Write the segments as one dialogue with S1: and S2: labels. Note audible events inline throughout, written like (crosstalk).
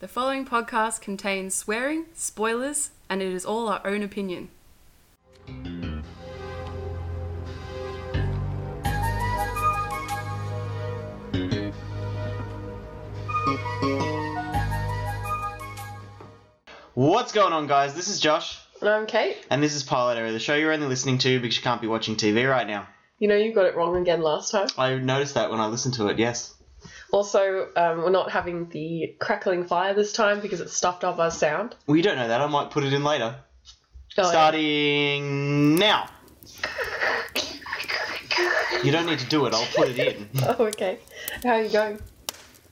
S1: The following podcast contains swearing, spoilers, and it is all our own opinion.
S2: What's going on, guys? This is Josh,
S3: And I'm Kate.
S2: and this is Pilot Error, the show you're only listening to because you can't be watching TV right now.
S3: You know you got it wrong again last time.
S2: I noticed that when I listened to it, yes.
S3: Also, um, we're not having the crackling fire this time because it stuffed up our sound.
S2: We don't know that, I might put it in later.
S3: Oh, yeah.
S2: Starting now. You don't need to do it, I'll put it in.
S3: (laughs) Oh, okay. How are you going?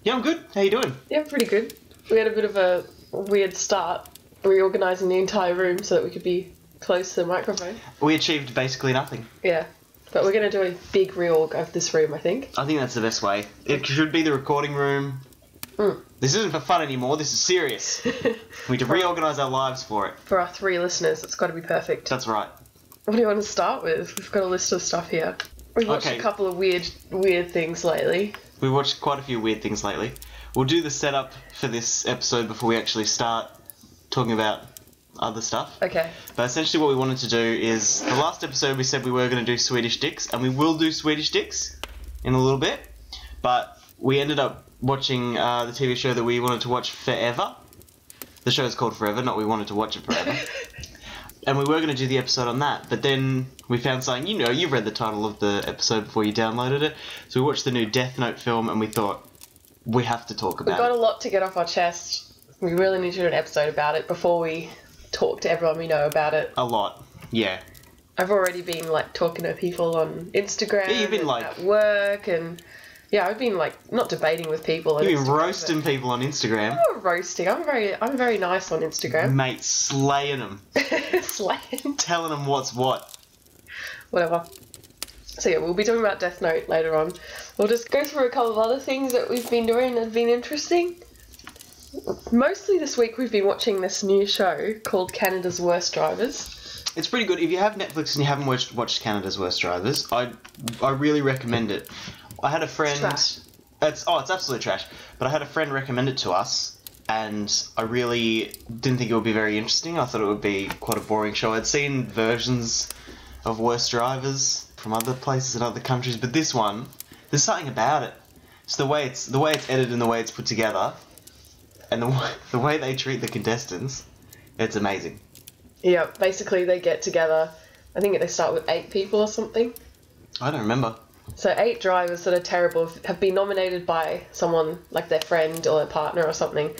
S2: yeah, I'm good. How you doing?
S3: Yeah, pretty good. We had a bit of a weird start, reorganizing the entire room so that we could be close to the microphone.
S2: We achieved basically nothing.
S3: Yeah. But we're going to do a big reorg of this room, I think.
S2: I think that's the best way. It should be the recording room.
S3: Mm.
S2: This isn't for fun anymore, this is serious. we need to reorganise our lives for it.
S3: For our three listeners, it's got to be perfect.
S2: That's right.
S3: What do you want to start with? We've got a list of stuff here. We've watched
S2: Okay.
S3: a couple of weird, weird things lately.
S2: We watched quite a few weird things lately. We'll do the setup for this episode before we actually start talking about other stuff.
S3: Okay.
S2: But essentially, what we wanted to do is the last episode we said we were going to do Swedish dicks, and we will do Swedish dicks in a little bit. But we ended up watching uh, the TV show that we wanted to watch forever. The show is called Forever, not we wanted to watch it
S3: (laughs)
S2: forever. and we were going to do the episode on that, but then we found something. You know, you read the title of the episode before you downloaded it, so we watched the new Death Note film, and we thought we have to talk
S3: We've got
S2: about
S3: a
S2: it.
S3: lot to get off our chest. We really need to do an episode about it before we talk to everyone we know about it.
S2: a lot. Yeah,
S3: I've already been like talking to people on Instagram.
S2: Yeah, you've been,
S3: and
S2: like-
S3: at work and yeah, I've been like not debating with people. on
S2: you've
S3: Instagram,
S2: been
S3: but-
S2: roasting people on Instagram,
S3: I'm not roasting. I'm very, I'm very nice on Instagram.
S2: mate, slaying them,
S3: (laughs) Slant.
S2: telling them what's what.
S3: Whatever. So yeah, we'll be talking about Death Note later on. We'll just go through a couple of other things that we've been doing that have been interesting. Mostly this week we've been watching this new show called Canada's Worst Drivers.
S2: It's pretty good. If you have Netflix and you haven't watched, watched Canada's Worst Drivers, I I really recommend it. I had a friend.
S3: trash.
S2: It's- oh, it's absolute trash. But I had a friend recommend it to us, and I really didn't think it would be very interesting. I thought it would be quite a boring show. I'd seen versions of Worst Drivers from other places and other countries, but this one, there's something about it. It's the way it's the way it's edited and the way it's put together, and the (laughs) way, the way they treat the contestants. It's amazing.
S3: Yeah, basically they get together. I think they start with eight people or something.
S2: I don't remember.
S3: So eight drivers that are terrible have been nominated by someone like their friend or their partner or something,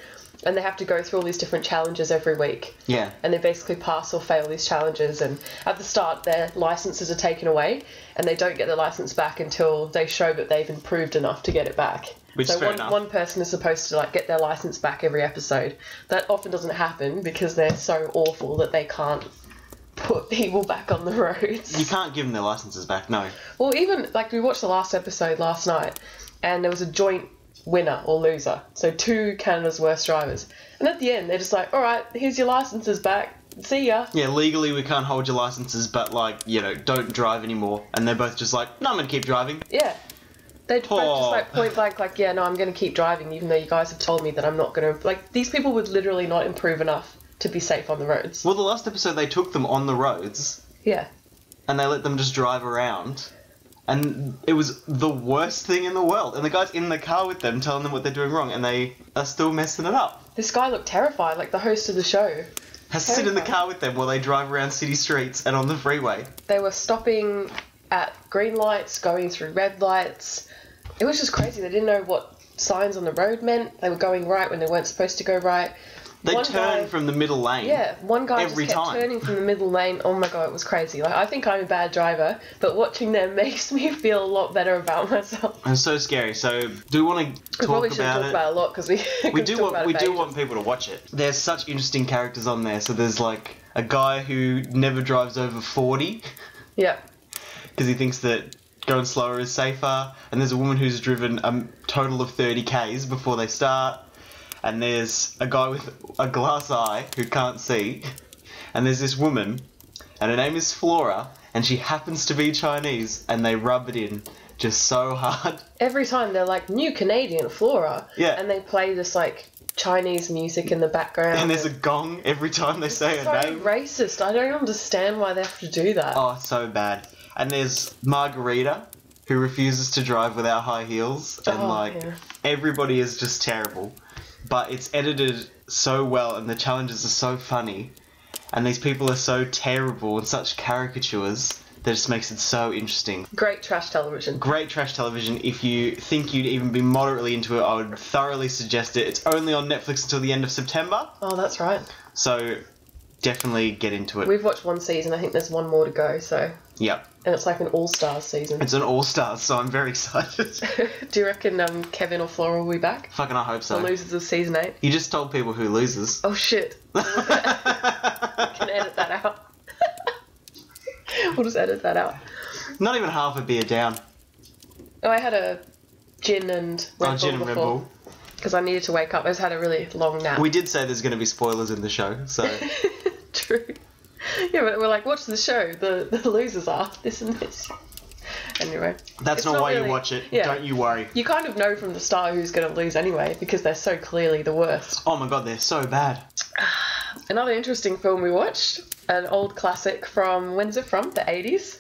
S3: and they have to go through all these different challenges every week.
S2: Yeah.
S3: And they basically pass or fail these challenges. And at the start, their licenses are taken away, and they don't get their license back until they show that they've improved enough to get it back.
S2: Which
S3: so
S2: is fair
S3: one,
S2: enough.
S3: one person is supposed to like get their license back every episode. That often doesn't happen because they're so awful that they can't put (laughs) people back on the roads.
S2: You can't give them their licenses back. No,
S3: Well, even like we watched the last episode last night, and there was a joint winner or loser. So two Canada's worst drivers, and at the end they're just like, "All right, here's your licenses back. See ya."
S2: yeah, legally we can't hold your licenses, but like you know, don't drive anymore. And they're both just like, no, I'm gonna keep driving.
S3: Yeah. They both
S2: Oh.
S3: just like point blank, like, "Yeah, no, I'm gonna keep driving, even though you guys have told me that I'm not gonna." Like these people would literally not improve enough to be safe on the roads.
S2: Well, the last episode they took them on the roads
S3: Yeah.
S2: and they let them just drive around, and it was the worst thing in the world. And the guys in the car with them telling them what they're doing wrong, and they are still messing it up.
S3: This guy looked terrified, like the host of the show.
S2: Has to sit in the
S3: Terrifying.
S2: car with them while they drive around city streets and on the freeway.
S3: They were stopping at green lights, going through red lights. It was just crazy. They didn't know what signs on the road meant. They were going right when they weren't supposed to go right.
S2: They
S3: One
S2: turn
S3: guy-
S2: from the middle lane.
S3: Yeah, one guy
S2: Every
S3: just kept
S2: time.
S3: turning from the middle lane. Oh my god, it was crazy. Like I think I'm a bad driver, but watching them (laughs) makes me feel a lot better about myself.
S2: It's so scary. So, do we want to
S3: We
S2: talk
S3: probably
S2: about
S3: should talk
S2: it?
S3: about it a lot because we (laughs)
S2: we
S3: could
S2: do
S3: talk
S2: want
S3: about
S2: we
S3: it
S2: do
S3: for
S2: want people to watch it. There's such interesting characters on there. So there's like a guy who never drives over 40
S3: ages. Yeah,
S2: because he thinks that going slower is safer. And there's a woman who's driven a m- total of 30 k's before they start. And there's a guy with a glass eye who can't see. And there's this woman, and her name is Flora, and she happens to be Chinese. And they rub it in just so hard. (laughs)
S3: every time they're like new Canadian flora.
S2: Yeah.
S3: and they play this like Chinese music in the background.
S2: And there's a gong every time they say
S3: so
S2: a name.
S3: racist. I don't understand why they have to do that.
S2: Oh, it's so bad. And there's Margarita, who refuses to drive without high heels, and
S3: Oh,
S2: like
S3: yeah.
S2: everybody is just terrible. But it's edited so well, and the challenges are so funny, and these people are so terrible and such caricatures that just makes it so interesting.
S3: Great trash television.
S2: Great trash television. If you think you'd even be moderately into it, I would thoroughly suggest it. It's only on Netflix until the end of September,
S3: Oh, that's right.
S2: so definitely get into it.
S3: We've watched one season. I think there's one more to go. So,
S2: Yep.
S3: and it's like an all stars season.
S2: It's an all stars, so I'm very (laughs) excited.
S3: do you reckon um, Kevin or Flora will be back?
S2: Fucking, I hope so.
S3: The losers of season eight.
S2: You just told people who loses. (laughs)
S3: Oh shit! (laughs) Can edit that out. (laughs) we'll just edit that out.
S2: Not even half a beer down.
S3: Oh, I had a gin and Red
S2: Oh,
S3: Bull
S2: gin and Red
S3: before
S2: Bull.
S3: because I needed to wake up. I just had a really long nap.
S2: We did say there's going to be spoilers in the show,
S3: (laughs)
S2: so
S3: True. (laughs) Yeah, but we're like, watch the show. The the losers are this and this. Anyway,
S2: that's
S3: It's
S2: not,
S3: not
S2: why
S3: really-
S2: you watch it.
S3: yeah.
S2: Don't you worry.
S3: you kind of know from the start who's going to lose anyway because they're so clearly the worst.
S2: Oh my god, they're so bad.
S3: Another interesting film we watched, an old classic from when's it from? The 80s,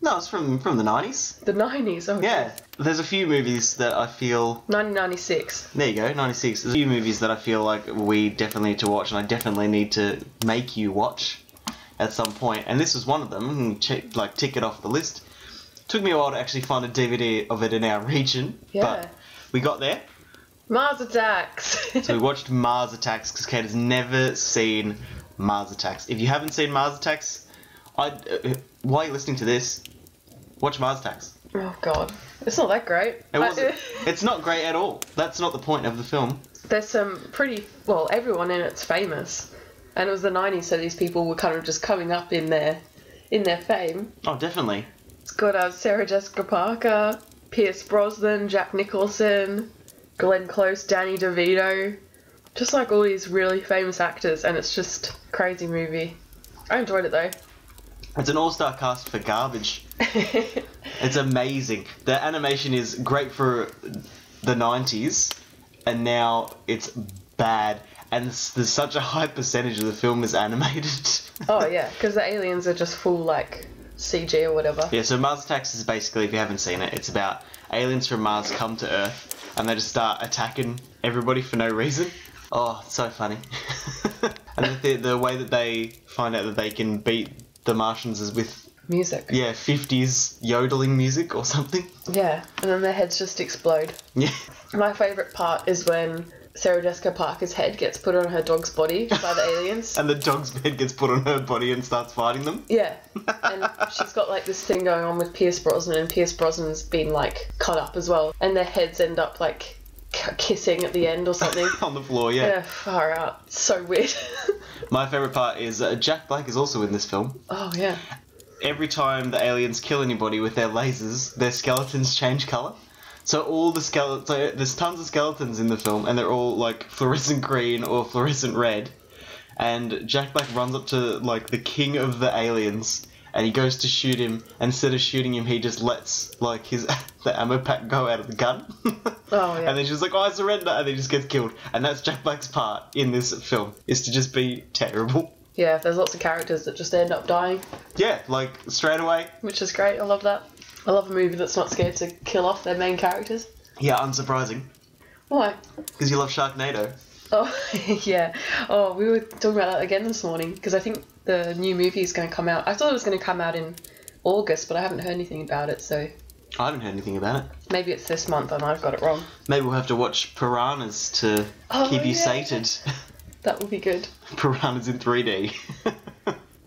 S2: No, it's from from the 90s.
S3: the 90s. Oh
S2: Yeah. There's a few movies that I feel.
S3: 1996.
S2: There you go, 96. There's a few movies that I feel like we definitely need to watch, and I definitely need to make you watch at some point. And this was one of them. and Check, like, tick it off the list. Took me a while to actually find a DVD of it in our region,
S3: Yeah.
S2: but we got there.
S3: Mars Attacks. (laughs)
S2: So we watched Mars Attacks because Kate has never seen Mars Attacks. If you haven't seen Mars Attacks, I uh, why are you listening to this? Watch Mars Attacks.
S3: oh god, it's not that great.
S2: It
S3: I- (laughs)
S2: wasn't, it's not great at all. That's not the point of the film.
S3: there's some pretty well everyone in it's famous and it was the 90s so these people were kind of just coming up in their in their fame
S2: Oh, definitely.
S3: it's got uh, sarah jessica parker pierce brosnan jack nicholson glenn close danny devito just like all these really famous actors and it's just a crazy movie i enjoyed it though
S2: It's an all-star cast for garbage. It's amazing. The animation is great for the 90s, and now it's bad. And s- there's such a high percentage of the film is (laughs) animated.
S3: oh yeah because the aliens are just full like cg or whatever
S2: Yeah, so Mars Attacks is basically, if you haven't seen it, it's about aliens from Mars come to Earth and they just start attacking everybody for no reason. Oh, it's so funny. (laughs) and the, the way that they find out that they can beat the Martians is with,
S3: music
S2: yeah, 50s yodeling music or something. (laughs)
S3: yeah and then their heads just explode
S2: Yeah.
S3: My favourite part is when Sarah Jessica Parker's head gets put on her dog's body by the aliens.
S2: And the dog's bed gets put on her body and starts fighting them. (laughs)
S3: Yeah. And she's got like this thing going on with Pierce Brosnan, and Pierce Brosnan's been like cut up as well, and their heads end up like k- kissing at the end
S2: (laughs)
S3: or something.
S2: on the floor, yeah.
S3: yeah, far out. So weird. (laughs)
S2: My favourite part is uh, Jack Black is also in this film.
S3: oh, yeah.
S2: every time the aliens kill anybody with their lasers, their skeletons change color. So all the skeletons, so there's tons of skeletons in the film, and they're all like fluorescent green or fluorescent red. And Jack Black runs up to like the king of the aliens, and he goes to shoot him. and Instead of shooting him, he just lets like his (laughs) the ammo pack go out of the gun. (laughs)
S3: Oh, yeah.
S2: And then she's like, "Oh, I surrender," and then he just gets killed. And that's Jack Black's part in this film is to just be terrible. (laughs)
S3: Yeah, there's lots of characters that just end up dying,
S2: Yeah, like straight away,
S3: which is great. I love that. I love a movie that's not scared to kill off their main characters.
S2: yeah, unsurprising.
S3: Why?
S2: Because you love Sharknado.
S3: Oh (laughs) yeah. Oh, we were talking about that again this morning because I think the new movie is going to come out. I thought it was going to come out in August, but I haven't heard anything about it. So
S2: I haven't heard anything about it.
S3: maybe it's this month and I've got it wrong.
S2: Maybe we'll have to watch Piranhas to
S3: Oh,
S2: keep you
S3: yeah.
S2: sated. (laughs)
S3: That would be good.
S2: Piranhas in 3D.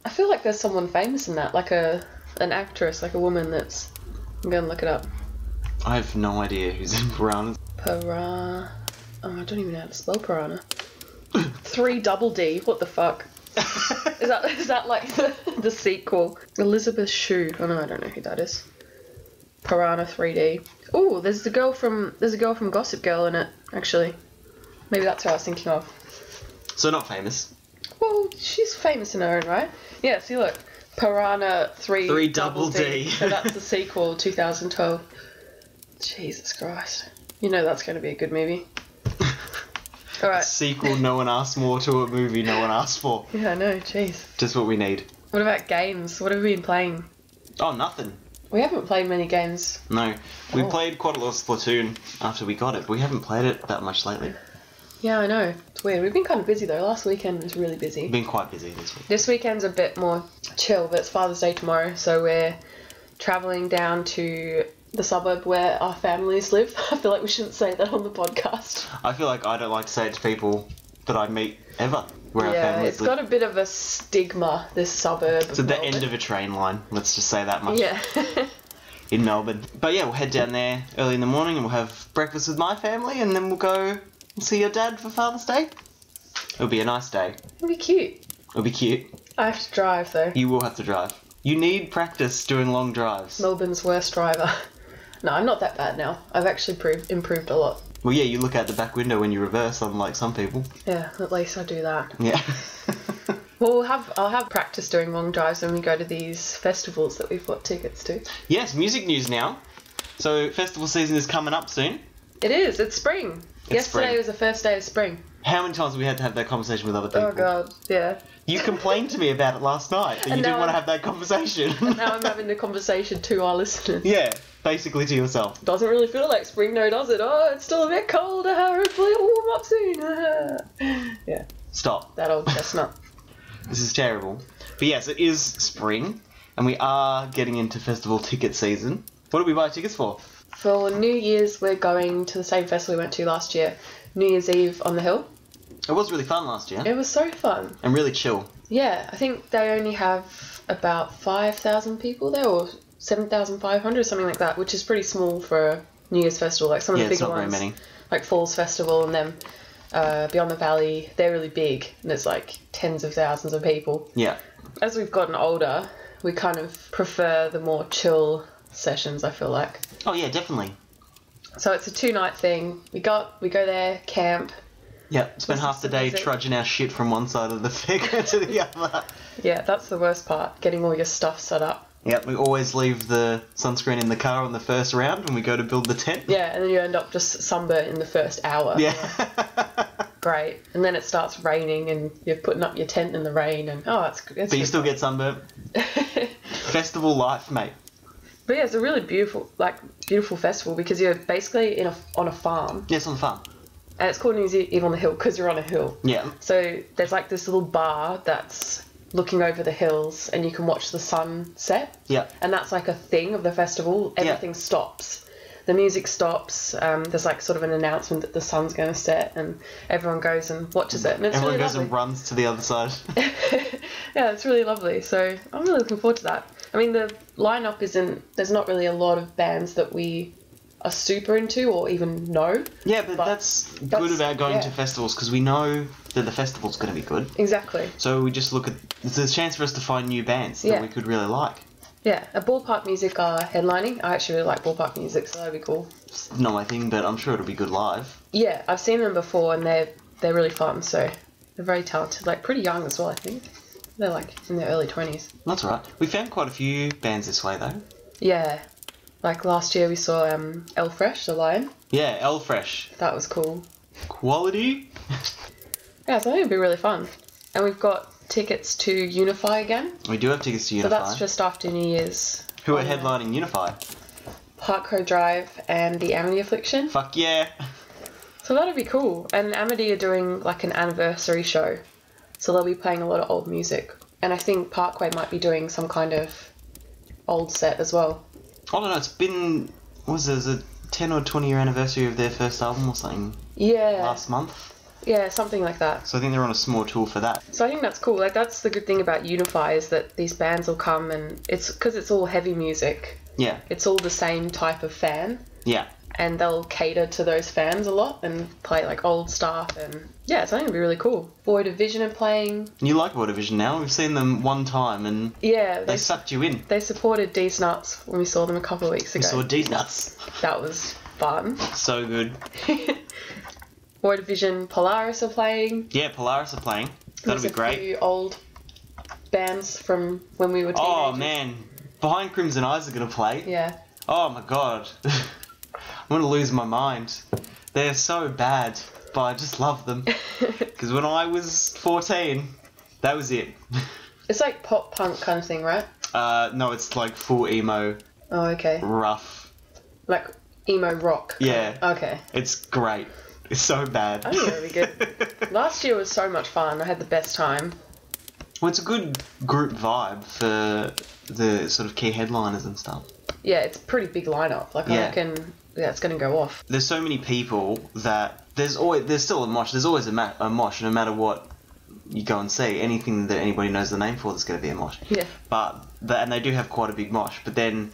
S3: I feel like there's someone famous in that, like a an actress, like a woman that's. I'm going to look it up.
S2: (laughs) I have no idea who's in Piranhas. (laughs)
S3: Piranha. Oh, I don't even know how to spell piranha. (coughs) Three double D. What the fuck? Is that is that like the, the sequel? Elizabeth Shue. Oh no, I don't know who that is. Piranha 3D. Oh, there's the girl from there's a girl from Gossip Girl in it. Actually, maybe that's who I was thinking of.
S2: so not famous. (laughs)
S3: Well, she's famous in her own right. Yeah. See, look, Piranha 3
S2: Three double D.
S3: so that's
S2: (laughs)
S3: the sequel, 2012. Jesus Christ. You know that's going to be a good movie.
S2: A
S3: All right.
S2: sequel no one asked more to a movie no one asked for.
S3: Yeah, I know. Jeez.
S2: Just what we need.
S3: What about games? What have we been playing?
S2: Oh, nothing.
S3: We haven't played many games.
S2: No. We
S3: Oh.
S2: played quite a lot of Splatoon after we got it, but we haven't played it that much lately.
S3: Yeah, I know. It's weird. We've been kind of busy though. Last weekend was really busy.
S2: We've been quite busy this week.
S3: This weekend's a bit more chill, but it's Father's Day tomorrow, so we're traveling down to the suburb where our families live. (laughs) I feel like we shouldn't say that on the podcast.
S2: I feel like I don't like to say it to people that I meet ever where our
S3: yeah,
S2: families
S3: it's
S2: live.
S3: got a bit of a stigma. This suburb.
S2: It's at the end
S3: (laughs)
S2: of a train line, let's just say that much.
S3: Yeah. (laughs)
S2: in Melbourne. But yeah, we'll head down there early in the morning and we'll have breakfast with my family and then we'll go and see your dad for Father's Day. It'll be a nice day.
S3: It'd be cute.
S2: It'll be cute.
S3: I have to drive though.
S2: You will have to drive. You need practice doing long drives.
S3: Melbourne's worst driver. (laughs) No, I'm not that bad now. I've actually proved, improved a lot.
S2: Well, yeah, you look out the back window when you reverse, unlike some people.
S3: Yeah, at least I do that.
S2: Yeah. (laughs)
S3: Well, we'll have I'll have practice doing long drives when we go to these festivals that we've bought tickets to.
S2: yes, music news now. So, festival season is coming up soon.
S3: It is. It's spring. Yesterday
S2: spring.
S3: was the first day of spring.
S2: How many times have we had to have that conversation with other people?
S3: Oh god, yeah.
S2: You complained to me about it last night that you
S3: And
S2: didn't
S3: now
S2: want to
S3: I'm-
S2: have that conversation. (laughs)
S3: Now I'm having a conversation to our listeners.
S2: yeah, basically to yourself.
S3: Doesn't really feel like spring, no, does it? Oh, it's still a bit cold. Uh, hopefully it'll warm up soon. Uh, (laughs) yeah,
S2: Stop.
S3: that
S2: (laughs)
S3: old chestnut.
S2: This is terrible. But yes, it is spring, and we are getting into festival ticket season. What did we buy tickets for?
S3: For New Year's, we're going to the same festival we went to last year, New Year's Eve on the hill.
S2: It was really fun last year,
S3: It was so fun.
S2: and really chill.
S3: Yeah, I think they only have about 5,000 people there, or 7,500, something like that, which is pretty small for a New Year's festival. Like some of
S2: Yeah,
S3: the
S2: it's
S3: bigger
S2: not very
S3: ones,
S2: many.
S3: like Falls Festival and them, uh, Beyond the Valley, they're really big, and it's like tens of thousands of people.
S2: Yeah.
S3: As we've gotten older, we kind of prefer the more chill sessions, I feel like.
S2: Oh yeah, definitely.
S3: So it's a two night thing. We got we go there, camp.
S2: Yeah, spent
S3: Listen
S2: half the
S3: to
S2: day
S3: music.
S2: trudging our shit from one side of the figure to the other.
S3: Yeah, that's the worst part, getting all your stuff set up.
S2: Yep, we always leave the sunscreen in the car on the first round when we go to build the tent.
S3: Yeah, and then you end up just sunburnt in the first hour.
S2: Yeah. (laughs)
S3: great. And then it starts raining, and you're putting up your tent in the rain, and oh, it's. it's
S2: but you still get
S3: (laughs)
S2: sunburnt. Festival life, mate.
S3: But yeah, it's a really beautiful, like beautiful festival because you're basically in a on a farm,
S2: Yes, on farm.
S3: and it's called New Year's Eve on the hill because you're on a hill.
S2: Yeah.
S3: So there's like this little bar that's looking over the hills, and you can watch the sun set.
S2: Yeah.
S3: And that's like a thing of the festival. Everything stops. The music stops. Um, there's like sort of an announcement that the sun's going to set, and everyone goes and watches it. And it's
S2: Everyone
S3: really
S2: goes
S3: lovely.
S2: and runs to the other side.
S3: Yeah, it's really lovely. So I'm really looking forward to that. I mean, the lineup isn't. There's not really a lot of bands that we are super into or even know
S2: Yeah, but,
S3: But
S2: that's, good
S3: that's-
S2: about going to
S3: yeah.
S2: festivals because we know that the festival's going to be good.
S3: exactly.
S2: So we just look at it's a chance for us to find new bands
S3: Yeah.
S2: that we could really like.
S3: Yeah, a ballpark music are headlining. I actually really like ballpark music, so that'd be cool.
S2: It's not my thing, but I'm sure it'll be good live.
S3: Yeah, I've seen them before, and they're they're really fun. So they're very talented. Like pretty young as well, I think. They're like in their early twenties.
S2: That's alright. We found quite a few bands this way though.
S3: Yeah, like last year we saw um, El Fresh, the Lion.
S2: Yeah, L Fresh.
S3: That was cool.
S2: Quality?
S3: Yeah, so I think it'd be really fun. And we've got tickets to Unify again.
S2: We do have tickets to
S3: So
S2: Unify.
S3: that's just after New Year's.
S2: Who are
S3: on, uh,
S2: headlining Unify?
S3: Park Road Drive and the Amity Affliction.
S2: Fuck yeah.
S3: So that'll be cool. And Amity are doing like an anniversary show. So they'll be playing a lot of old music. And I think Parkway might be doing some kind of old set as well.
S2: I don't know, it's been what was it, a ten or twenty year anniversary of their first album or something
S3: Yeah.
S2: last month.
S3: Yeah, something like that.
S2: So I think they're on a small tour for that.
S3: So I think that's cool. Like that's the good thing about Unify is that these bands will come and it's because it's all heavy music.
S2: Yeah.
S3: It's all the same type of fan.
S2: Yeah.
S3: and they'll cater to those fans a lot and play like old stuff and yeah, it's only gonna be really cool. Boy Division are playing.
S2: You like Water Vision now. We've seen them one time and
S3: Yeah,
S2: they
S3: they,
S2: sucked you in.
S3: they supported D's Nuts when we saw them a couple of weeks
S2: We
S3: ago.
S2: saw D nuts.
S3: that was fun.
S2: (laughs)
S3: (laughs)
S2: So good.
S3: Boy Division, Polaris are playing.
S2: Yeah, Polaris are playing. That'll
S3: There's
S2: be
S3: a
S2: great.
S3: Few old bands from when we were teenagers.
S2: Oh man, behind Crimson Eyes are gonna play.
S3: Yeah. (laughs)
S2: (laughs) Oh my god, I'm gonna lose my mind. They're so bad. but I just love
S3: (laughs)
S2: them. Because when I was 14, that was it. (laughs)
S3: It's like pop punk kind of thing, right?
S2: Uh, no, it's like full emo,
S3: Oh, okay.
S2: rough.
S3: Like emo rock.
S2: Yeah,
S3: Okay.
S2: it's great. It's so bad.
S3: Oh, yeah,
S2: (laughs)
S3: really
S2: good.
S3: Last year was so much fun. I had the best time.
S2: well, it's a good group vibe for the sort of key headliners and stuff.
S3: Yeah, it's a pretty big lineup. Like I
S2: Yeah.
S3: reckon, yeah, it's gonna go off.
S2: there's so many people that there's always there's still a mosh. There's always a, ma- a mosh, no matter what you go and see. Anything that anybody knows the name for, there's going to be a mosh.
S3: Yeah.
S2: But the, and they do have quite a big mosh, but then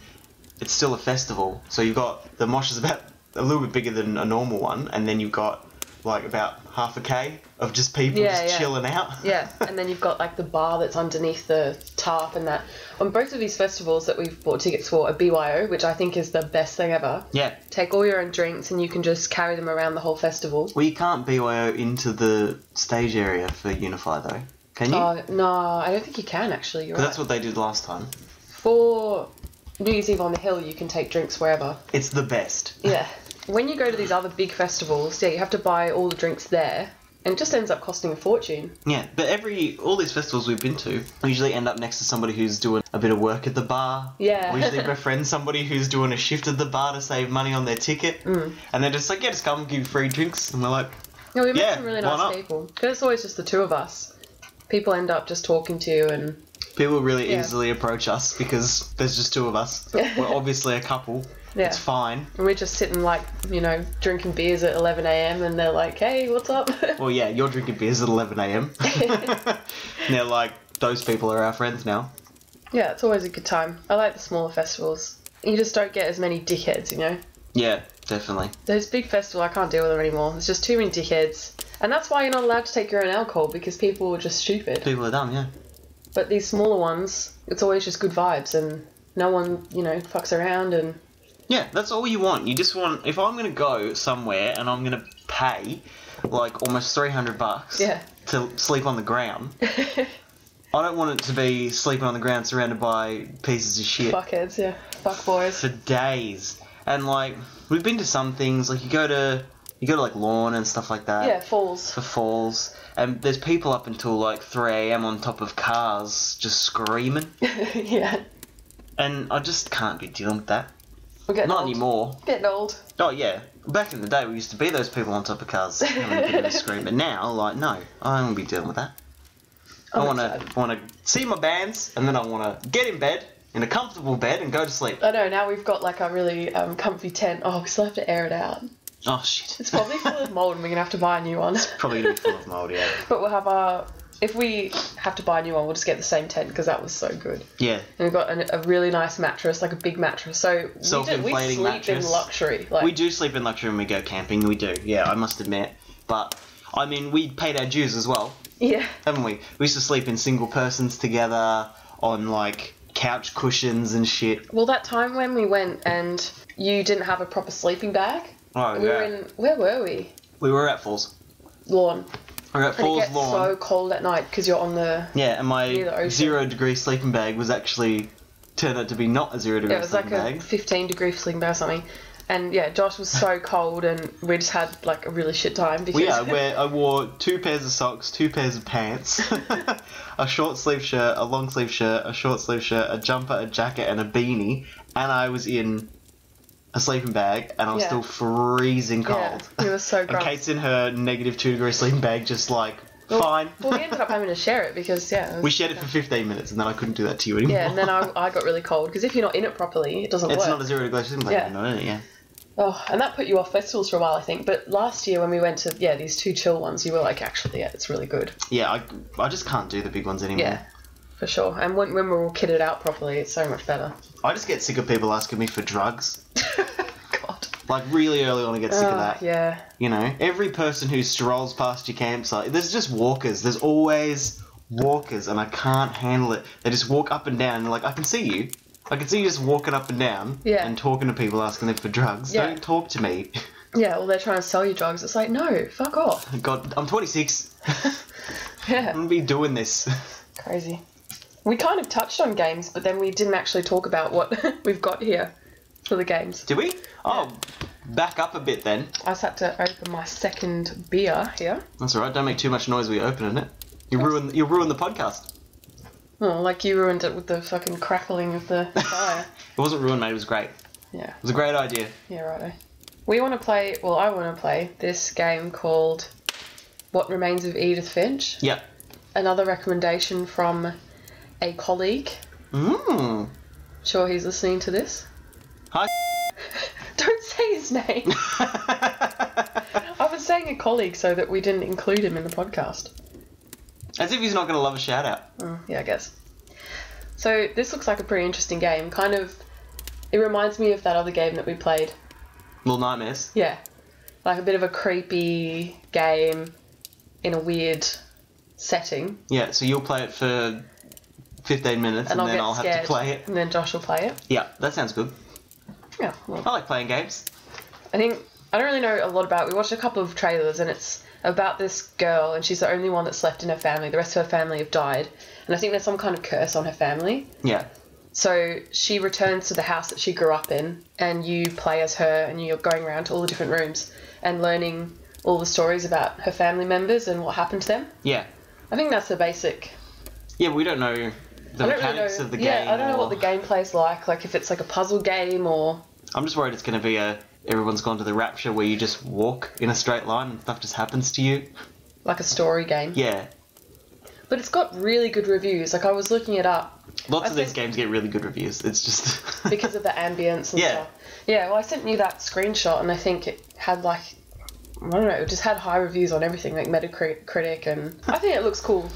S2: it's still a festival. So you've got the mosh is about a little bit bigger than a normal one, and then you've got like about half a k of just people
S3: Yeah,
S2: just
S3: yeah.
S2: chilling out.
S3: Yeah, and then you've got like the bar that's underneath the tarp and that. On both of these festivals that we've bought tickets for, a BYO, which I think is the best thing ever.
S2: (laughs) yeah.
S3: Take all your own drinks and you can just carry them around the whole festival.
S2: Well, you can't BYO into the stage area for Unify though, can you?
S3: Oh no, I don't think you can actually. You're
S2: 'Cause
S3: right.
S2: that's what they did last time.
S3: For New Year's Eve on the Hill, you can take drinks wherever.
S2: It's the best.
S3: Yeah. When you go to these other big festivals, yeah, you have to buy all the drinks there, and it just ends up costing a fortune.
S2: Yeah, but every all these festivals we've been to we usually end up next to somebody who's doing a bit of work at the bar.
S3: Yeah.
S2: We
S3: (laughs)
S2: usually befriend somebody who's doing a shift at the bar to save money on their ticket, mm. and they're just like, "Yeah, just come give you free drinks," and we're like,
S3: Yeah, we met
S2: Yeah,
S3: some really
S2: why
S3: nice
S2: not?
S3: people. Because it's always just the two of us. People end up just talking to you, and
S2: people really
S3: Yeah.
S2: easily approach us because there's just two of
S3: (laughs)
S2: us. we're obviously a couple.
S3: Yeah.
S2: It's fine.
S3: and we're just sitting like, you know, drinking beers at 11 a.m. and they're like, "Hey, what's up?" (laughs)
S2: Well, yeah, you're drinking beers at 11 (laughs) a.m. and they're like, "Those people are our friends now."
S3: yeah, it's always a good time. I like the smaller festivals. You just don't get as many dickheads, you know.
S2: Yeah, definitely.
S3: Those big festivals, I can't deal with them anymore. There's just too many dickheads, and that's why you're not allowed to take your own alcohol because people are just stupid.
S2: People are dumb. Yeah.
S3: But these smaller ones, it's always just good vibes and no one, you know, fucks around and
S2: Yeah, that's all you want. You just want if I'm gonna go somewhere and I'm gonna pay like almost three hundred bucks
S3: Yeah.
S2: to sleep on the
S3: (laughs)
S2: ground. I don't want it to be sleeping on the ground surrounded by pieces of shit
S3: fuckheads, yeah.
S2: (laughs)
S3: Fuck boys.
S2: for days. And like we've been to some things, like you go to you go to like lawn and stuff like that
S3: Yeah, falls.
S2: for falls. And there's people up until like 3 a.m. on top of cars just screaming.
S3: (laughs) yeah.
S2: And I just can't be dealing with that.
S3: We're getting
S2: Not
S3: old.
S2: anymore.
S3: Getting old.
S2: Oh yeah, back in the day we used to be those people on top of
S3: (laughs)
S2: cars having a bit of a scream, but now like no, I don't want to be dealing with that. I
S3: I'm
S2: want to
S3: excited.
S2: want to see my bands, and then I want to get in bed in a comfortable bed and go to sleep.
S3: I know, now we've got like a really um, comfy tent. Oh, we still have to air it out.
S2: Oh shit,
S3: It's probably full of mold and we're gonna have to buy a new one.
S2: (laughs)
S3: (laughs)
S2: probably gonna be full of mold. Yeah,
S3: but we'll have our. If we have to buy a new one, we'll just get the same tent because that was so good.
S2: yeah,
S3: And we've got an, a really nice mattress, like a big mattress. So we, do, we
S2: Self-inflating
S3: sleep in
S2: mattress.
S3: luxury. Like,
S2: we do sleep in luxury when we go camping. We do, yeah, I must admit. But I mean, we paid our dues as well,
S3: Yeah.
S2: haven't we? We used to sleep in single persons together on like couch cushions and shit.
S3: Well, that time when we went and you didn't have a proper sleeping bag,
S2: Oh
S3: we were
S2: yeah,
S3: in where were we?
S2: we were at Falls.
S3: Lawn.
S2: We were at
S3: And it
S2: Falls
S3: gets
S2: Lawn.
S3: so cold at night because you're on the.
S2: Yeah, and
S3: Near the
S2: my
S3: ocean.
S2: zero degree sleeping bag was actually turned out to be not a zero degree
S3: Yeah, it was
S2: sleeping
S3: like a
S2: bag.
S3: 15 degree sleeping bag or something, and yeah, Josh
S2: (laughs)
S3: was so cold and we just had like a really shit time because
S2: Well,
S3: (laughs)
S2: yeah, where I wore two pairs of socks, two pairs of pants, (laughs) a short sleeve shirt, a long sleeve shirt, a short sleeve shirt, a jumper, a jacket, and a beanie, and I was in a sleeping bag, and I was
S3: Yeah.
S2: still freezing
S3: yeah,
S2: cold.
S3: he was so
S2: And
S3: gross. Oh,
S2: Kate's (laughs) in her negative two degree sleeping bag, just like
S3: Well-
S2: fine.
S3: well, we ended up having to share it because yeah. it was-
S2: we shared it for 15 minutes, and then I couldn't do that to you anymore.
S3: yeah, and then I, I got really cold because if you're not in it properly, it
S2: (laughs)
S3: doesn't
S2: it's
S3: work.
S2: not a zero degree sleeping bag,
S3: Yeah.
S2: anymore, is it? Yeah.
S3: Oh, and that put you off festivals for a while, I think. But last year when we went to yeah these two chill ones, you were like, actually, yeah, it's really good.
S2: Yeah, I, I just can't do the big ones anymore.
S3: Yeah, for sure. And when, when we're all kitted out properly, it's so much better.
S2: I just get sick of people asking me for drugs.
S3: God.
S2: Like really early on, I get sick of
S3: Ah,
S2: that.
S3: yeah.
S2: You know, every person who strolls past your campsite, there's just walkers. There's always walkers, and I can't handle it. They just walk up and down. And like I can see you. I can see you just walking up and down
S3: Yeah.
S2: and talking to people, asking them for drugs.
S3: Yeah.
S2: Don't talk to me. (laughs)
S3: Yeah, well, they're trying to sell you drugs. It's like, no, fuck off.
S2: God, I'm 26.
S3: (laughs) Yeah,
S2: I'm gonna be doing this. (laughs)
S3: crazy. We kind of touched on games, (laughs) but then we didn't actually talk about what we've got here for the games.
S2: Did we? Oh, back up a bit then.
S3: I just had to open my second beer here.
S2: That's alright, don't make too much noise when you're opening it. You ruin you ruin the podcast.
S3: Oh, like you ruined it with the fucking crackling of the fire.
S2: (laughs) It wasn't ruined, mate, it was great. It
S3: yeah,
S2: was a great idea.
S3: yeah, righto. We want to play, well, I want to play this game called What Remains of Edith Finch.
S2: Yep.
S3: Another recommendation from a colleague.
S2: Mmm.
S3: Sure, he's listening to this.
S2: Hi.
S3: (laughs) Don't say his name. I was saying a colleague so that we didn't include him in the podcast.
S2: (laughs) As if he's not gonna love a shout out.
S3: Oh, yeah, I guess. So this looks like a pretty interesting game. Kind of, it reminds me of that other game that we played.
S2: Little nightmares.
S3: Yeah, like a bit of a creepy game in a weird setting,
S2: Yeah, so you'll play it for 15 minutes
S3: and,
S2: and,
S3: I'll
S2: then
S3: get
S2: I'll
S3: scared.
S2: have to play it.
S3: and then Josh will play it.
S2: Yeah, that sounds good.
S3: Yeah, well,
S2: I like playing games.
S3: I think I don't really know a lot about. It. We watched a couple of trailers, and it's about this girl, and she's the only one that's left in her family. The rest of her family have died, and I think there's some kind of curse on her family.
S2: Yeah.
S3: So she returns to the house that she grew up in, and you play as her, and you're going around to all the different rooms and learning all the stories about her family members and what happened to them.
S2: Yeah.
S3: I think that's the basic.
S2: Yeah, we don't know the
S3: I don't really know.
S2: mechanics of the
S3: yeah,
S2: game.
S3: I don't know
S2: or-
S3: what the gameplay's like. Like if it's like a puzzle game or
S2: I'm just worried it's going to be a everyone's gone to the rapture where you just walk in a straight line and stuff just happens to you.
S3: like a story game.
S2: Yeah.
S3: But it's got really good reviews. Like I was looking it up
S2: Lots
S3: I
S2: of these
S3: think-
S2: games get really good reviews. It's just (laughs)
S3: because of the ambience and
S2: Yeah.
S3: stuff. Yeah. Well, I sent you that screenshot, and I think it had like. I don't know. It just had high reviews on everything, like Metacritic, and I think it looks cool.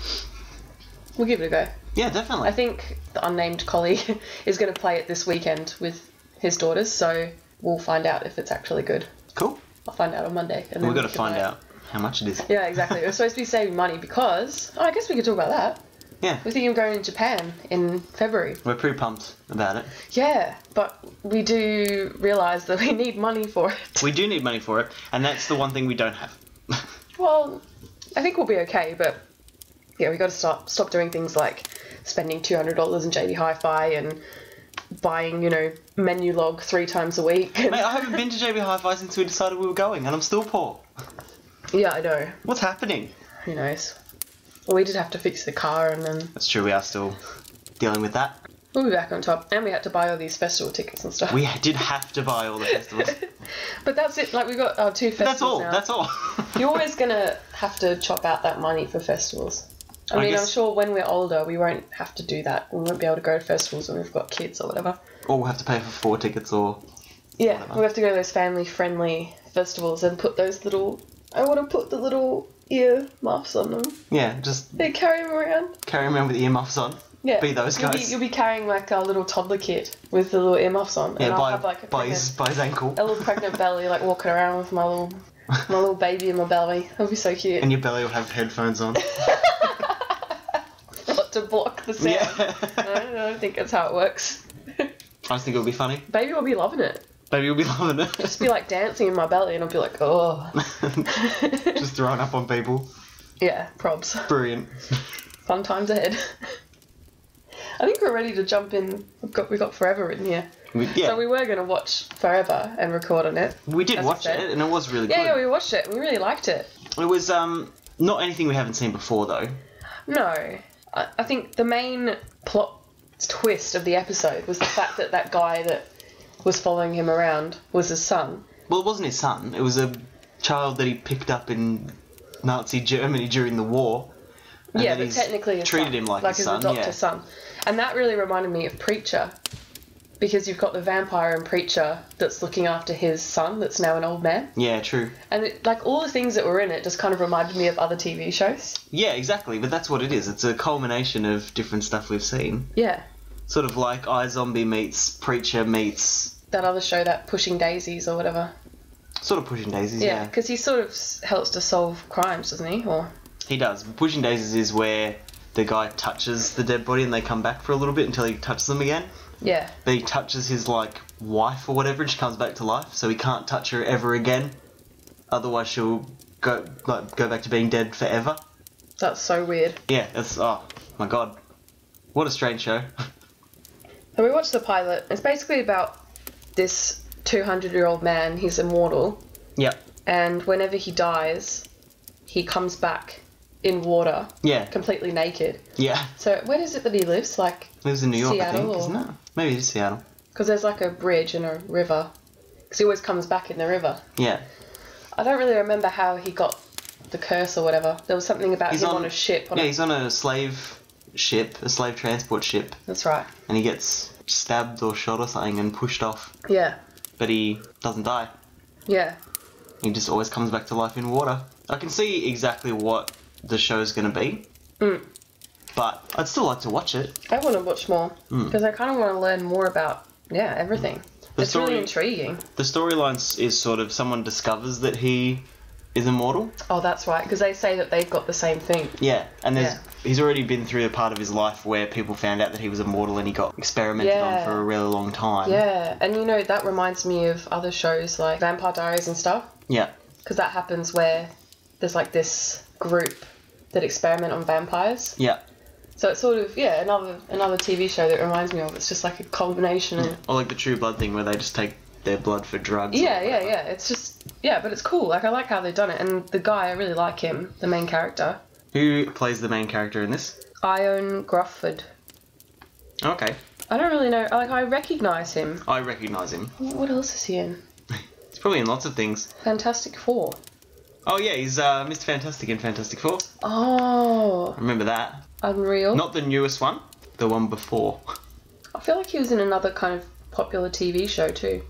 S3: We'll give it a go.
S2: yeah, definitely.
S3: I think the unnamed colleague (laughs) is going to play it this weekend with his daughters, so we'll find out if it's actually good.
S2: cool.
S3: I'll find out on Monday. And then
S2: We've got to
S3: we can
S2: find
S3: buy it.
S2: out how much it is.
S3: Yeah, exactly. We're supposed to be saving money because oh, I guess we could talk about that.
S2: Yeah.
S3: We're thinking of going to Japan in February.
S2: We're pretty pumped about it.
S3: Yeah, but we do realise that we need money for it.
S2: We do need money for it, and that's the one thing we don't have. (laughs)
S3: Well, I think we'll be okay, but yeah, we got to stop stop doing things like spending two hundred dollars in JD Hi-Fi and buying you know menu log three times a week. (laughs)
S2: Mate, I haven't been to JB Hi-Fi since we decided we were going, and I'm still poor.
S3: yeah, I know.
S2: What's happening?
S3: Who knows? Well, we did have to fix the car, and then
S2: That's true. We are still dealing with that.
S3: we'll be back on top. And we had to buy all these festival tickets and stuff.
S2: We did have to buy all the festivals.
S3: but (laughs) that's it. Like we got our two festivals
S2: That's all.
S3: now.
S2: That's all.
S3: You're always gonna have to chop out that money for festivals. I,
S2: I
S3: mean, I'm
S2: guess-
S3: sure when we're older, we won't have to do that. We won't be able to go to festivals when we've got kids or whatever.
S2: (laughs) or we'll have to pay for four tickets or
S3: Yeah,
S2: Whatever.
S3: we have to go to those family-friendly festivals and put those little. I want to put the little ear muffs on them.
S2: Yeah, just
S3: They carry them around.
S2: carry around with earmuffs on.
S3: Yeah,
S2: Be those
S3: you'll Be,
S2: guys.
S3: you'll be carrying like a little toddler kit with the little earmuffs on, and
S2: Yeah,
S3: I'll
S2: by,
S3: have like a
S2: by,
S3: pregnant-
S2: his, by his ankle.
S3: a little
S2: (laughs)
S3: pregnant belly, like walking around with my little my little baby in my belly. That'd be so cute.
S2: and your belly will have headphones on.
S3: (laughs) Not to block the sound.
S2: yeah.
S3: No, I don't think that's how it works. (laughs)
S2: I just think it'll be funny.
S3: baby will be loving it.
S2: Baby will be loving it.
S3: Just be like dancing in my belly, and I'll be like, oh.
S2: (laughs)
S3: (laughs)
S2: just throwing up on people.
S3: yeah, probs.
S2: Brilliant.
S3: Fun times ahead. (laughs) I think we're ready to jump in. We've got we got forever written here,
S2: We, yeah,
S3: so we
S2: we,
S3: were gonna watch forever and record on it.
S2: did
S3: as we
S2: watch
S3: said.
S2: it, and it was really
S3: Yeah, yeah,
S2: good.
S3: we watched it. and We really liked it.
S2: It was um not anything we haven't seen before though.
S3: No. I, I think the main plot twist of the episode was the fact that that guy that was following him around was his son.
S2: Well, it wasn't his son. It was a child that he picked up in Nazi Germany during the war. and
S3: yeah,
S2: that
S3: but
S2: he's
S3: technically his
S2: treated
S3: son,
S2: him like,
S3: like
S2: his, son.
S3: adopted
S2: yeah.
S3: son. And that really reminded me of Preacher. Because you've got the vampire in Preacher that's looking after his son that's now an old man.
S2: Yeah, true.
S3: And it, like all the things that were in it just kind of reminded me of other TV shows.
S2: Yeah, exactly. But that's what it is. It's a culmination of different stuff we've seen.
S3: Yeah.
S2: Sort of like iZombie meets Preacher meets
S3: That other show, that Pushing Daisies or whatever.
S2: sort of Pushing Daisies.
S3: Yeah,
S2: Yeah,
S3: because he sort of s- helps to solve crimes, doesn't he? Or
S2: he does. Pushing Daisies is where the guy touches the dead body and they come back for a little bit until he touches them again.
S3: yeah,
S2: But he touches his like wife or whatever, and she comes back to life, so he can't touch her ever again. Otherwise, she'll go like go back to being dead forever.
S3: that's so weird.
S2: Yeah, that's oh my god, what a strange show. (laughs)
S3: So we watched the pilot. It's basically about this 200 year old man, he's immortal,
S2: Yep.
S3: and whenever he dies, he comes back in water,
S2: Yeah.
S3: completely naked.
S2: Yeah.
S3: So, where is it that he lives? Like,
S2: Lives in New York, I
S3: Seattle
S2: think,
S3: or-
S2: isn't it? Maybe it's Seattle.
S3: because there's like a bridge and a river, because he always comes back in the river.
S2: Yeah.
S3: I don't really remember how he got the curse or whatever. There was something about
S2: He's
S3: him
S2: on-
S3: on, a ship. On
S2: Yeah,
S3: a-
S2: he's on a slave ship, a slave transport ship,
S3: That's right.
S2: and he gets stabbed or shot or something and pushed off,
S3: Yeah,
S2: but he doesn't die.
S3: yeah.
S2: He just always comes back to life in water. I can see exactly what the show's gonna be,
S3: Mm.
S2: but I'd still like to watch it.
S3: I want to watch more because I kind of want to learn more about yeah everything.
S2: Hmm. The
S3: it's
S2: story-
S3: really intriguing.
S2: The storyline s- is sort of someone discovers that he is immortal.
S3: Oh, that's right. Because they say that they've got the same thing.
S2: Yeah, and there's
S3: Yeah.
S2: he's already been through a part of his life where people found out that he was immortal and he got experimented on
S3: Yeah.
S2: for a really long time.
S3: Yeah, and you know that reminds me of other shows like Vampire Diaries and stuff
S2: Yeah.
S3: because that happens where there's like this group that experiment on vampires.
S2: Yeah.
S3: So it's sort of yeah another another TV show that reminds me of. It's just like a combination. Of,
S2: Or like the True Blood thing where they just take their blood for drugs. or
S3: yeah, yeah,
S2: whatever.
S3: yeah. It's just yeah, but it's cool. Like I like how they've done it, and the guy I really like him, the main character,
S2: Who plays the main character in this?
S3: Ion Grufford.
S2: Okay,
S3: I don't really know. Like I recognise him.
S2: I recognise him.
S3: What else is he in?
S2: He's probably in lots of things.
S3: Fantastic Four.
S2: Oh yeah, he's uh, Mr. Fantastic in Fantastic Four.
S3: Oh,
S2: I remember that.
S3: Unreal.
S2: Not the newest one, the one before.
S3: I feel like he was in another kind of popular TV show too.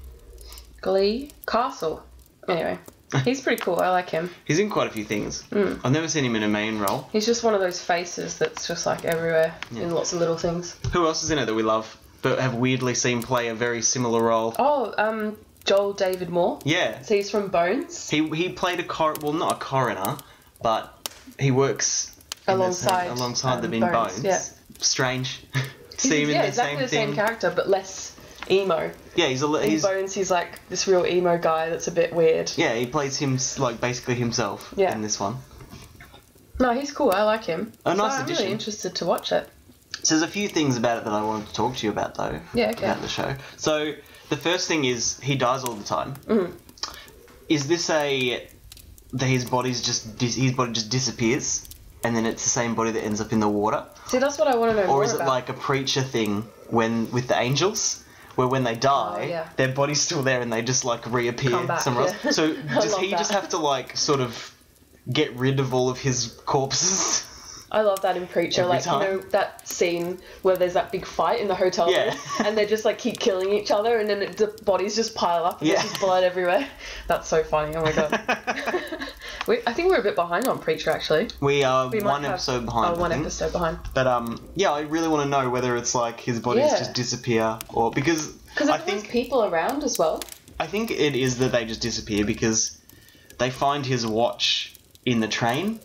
S3: Glee, Castle.
S2: (laughs)
S3: Anyway, he's pretty cool. I like him.
S2: He's in quite a few things.
S3: Hmm.
S2: I've never seen him in a main role.
S3: He's just one of those faces that's just like everywhere in lots of little things.
S2: Who else is in it that we love but have weirdly seen play a very similar role?
S3: Oh, um, Joel David Moore.
S2: Yeah,
S3: So he's from Bones.
S2: He he played a cor well not a coroner, but he works in the same-
S3: Alongside,
S2: alongside
S3: um,
S2: them in
S3: Bones,
S2: Bones.
S3: yeah.
S2: Strange. (laughs)
S3: He's,
S2: See him in
S3: yeah,
S2: the
S3: exactly
S2: same
S3: the
S2: thing.
S3: same character, but less emo.
S2: yeah, he's a li-
S3: In
S2: he's
S3: Bones, he's like this real emo guy that's a bit weird.
S2: yeah he plays him like basically himself
S3: Yeah.
S2: in this one.
S3: No, he's cool. I like him.
S2: A nice
S3: so I'm
S2: addition.
S3: really interested to watch it.
S2: So there's a few things about it that I wanted to talk to you about though.
S3: Yeah, okay.
S2: About the show. So the first thing is he dies all the time.
S3: Mm-hmm.
S2: Is this a that his body's just dis- his body just disappears, and then it's the same body that ends up in the water?
S3: See, that's what I want to know more
S2: or is it
S3: about.
S2: like a preacher thing when with the angels where when they die
S3: Oh, yeah.
S2: their body's still there and they just like reappear
S3: Come back,
S2: somewhere
S3: yeah.
S2: else so
S3: (laughs) I
S2: does
S3: love
S2: he
S3: that.
S2: just have to like sort of get rid of all of his
S3: (laughs)
S2: corpses (laughs)
S3: I love that in Preacher,
S2: Every
S3: like
S2: time.
S3: you know that scene where there's that big fight in the hotel
S2: Yeah.
S3: room,
S2: (laughs)
S3: and they just like keep killing each other, and then it, the bodies just pile up, and
S2: Yeah.
S3: there's just blood everywhere. That's so funny. Oh
S2: (laughs)
S3: my god. we, I think we're a bit behind on Preacher actually.
S2: we are
S3: We might
S2: one
S3: have-
S2: episode behind
S3: Oh, one
S2: I think.
S3: episode behind.
S2: but um yeah i really want to know whether it's like his bodies
S3: Yeah.
S2: just disappear or because
S3: Because
S2: i
S3: there's always
S2: think
S3: people around as well.
S2: i think it is that they just disappear because they find his watch in the train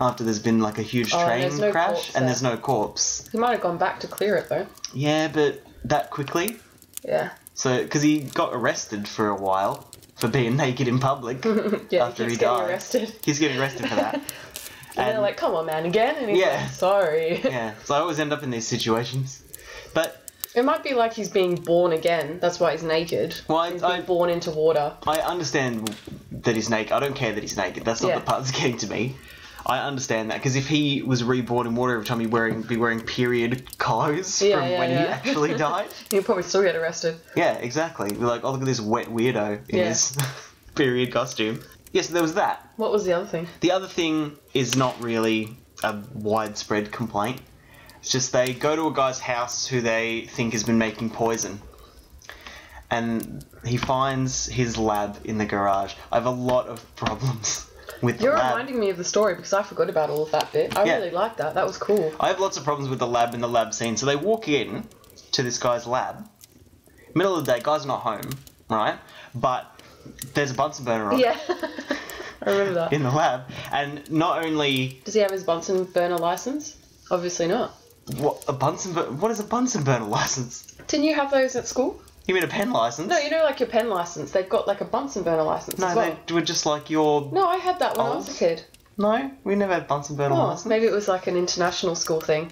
S2: after there's been like a huge
S3: Oh,
S2: train
S3: there's no
S2: crash
S3: corpse
S2: and
S3: there.
S2: there's no corpse
S3: He might have gone back to clear it though.
S2: Yeah, but that quickly.
S3: Yeah.
S2: So, because he got arrested for a while for being naked in public.
S3: (laughs)
S2: After
S3: Yeah. he keeps
S2: he
S3: getting
S2: died.
S3: arrested,
S2: He's getting arrested for
S3: (laughs)
S2: that.
S3: and, they're
S2: And-
S3: like, "Come on, man, again," and he's
S2: Yeah.
S3: like, "Sorry."
S2: Yeah, so I always end up in these situations. But
S3: It might be like he's being born again. That's why he's naked.
S2: Well, I-
S3: he's
S2: I-
S3: being born into water.
S2: I understand that he's naked. I don't care that he's naked. That's not
S3: Yeah.
S2: the part that's getting to me. I understand that because if he was reborn in water every time, he'd wearing be wearing period clothes
S3: Yeah,
S2: from
S3: yeah,
S2: when he
S3: yeah. (laughs)
S2: actually died.
S3: He'll probably still get arrested.
S2: Yeah, exactly. You're like, oh look at this wet weirdo in
S3: Yeah.
S2: his (laughs) period costume. Yes, there was that.
S3: What was the other thing?
S2: The other thing is not really a widespread complaint. It's just they go to a guy's house who they think has been making poison. And he finds his lab in the garage. I have a lot of (laughs) problems with the
S3: You're
S2: lab.
S3: reminding me of the story because I forgot about all of that bit. I
S2: Yeah.
S3: really liked that. That
S2: (laughs)
S3: was cool.
S2: I have lots of problems with the lab and the lab scene. So they walk in to this guy's lab. Middle of the day, guy's not home, right? But there's a Bunsen burner on
S3: Yeah. (laughs) I remember that.
S2: in the lab. And not only
S3: Does he have his Bunsen burner license? Obviously not.
S2: what a Bunsen bur- what is a Bunsen burner (laughs) license?
S3: Didn't you have those at school?
S2: You mean a pen license?
S3: No, you know, like your pen license. They've got like a Bunsen burner license
S2: No,
S3: as well.
S2: they Oh. were just like your.
S3: No, I had that when I was a
S2: Old?
S3: kid.
S2: No, we never had Bunsen burner
S3: Oh,
S2: license.
S3: maybe it was like an international school thing.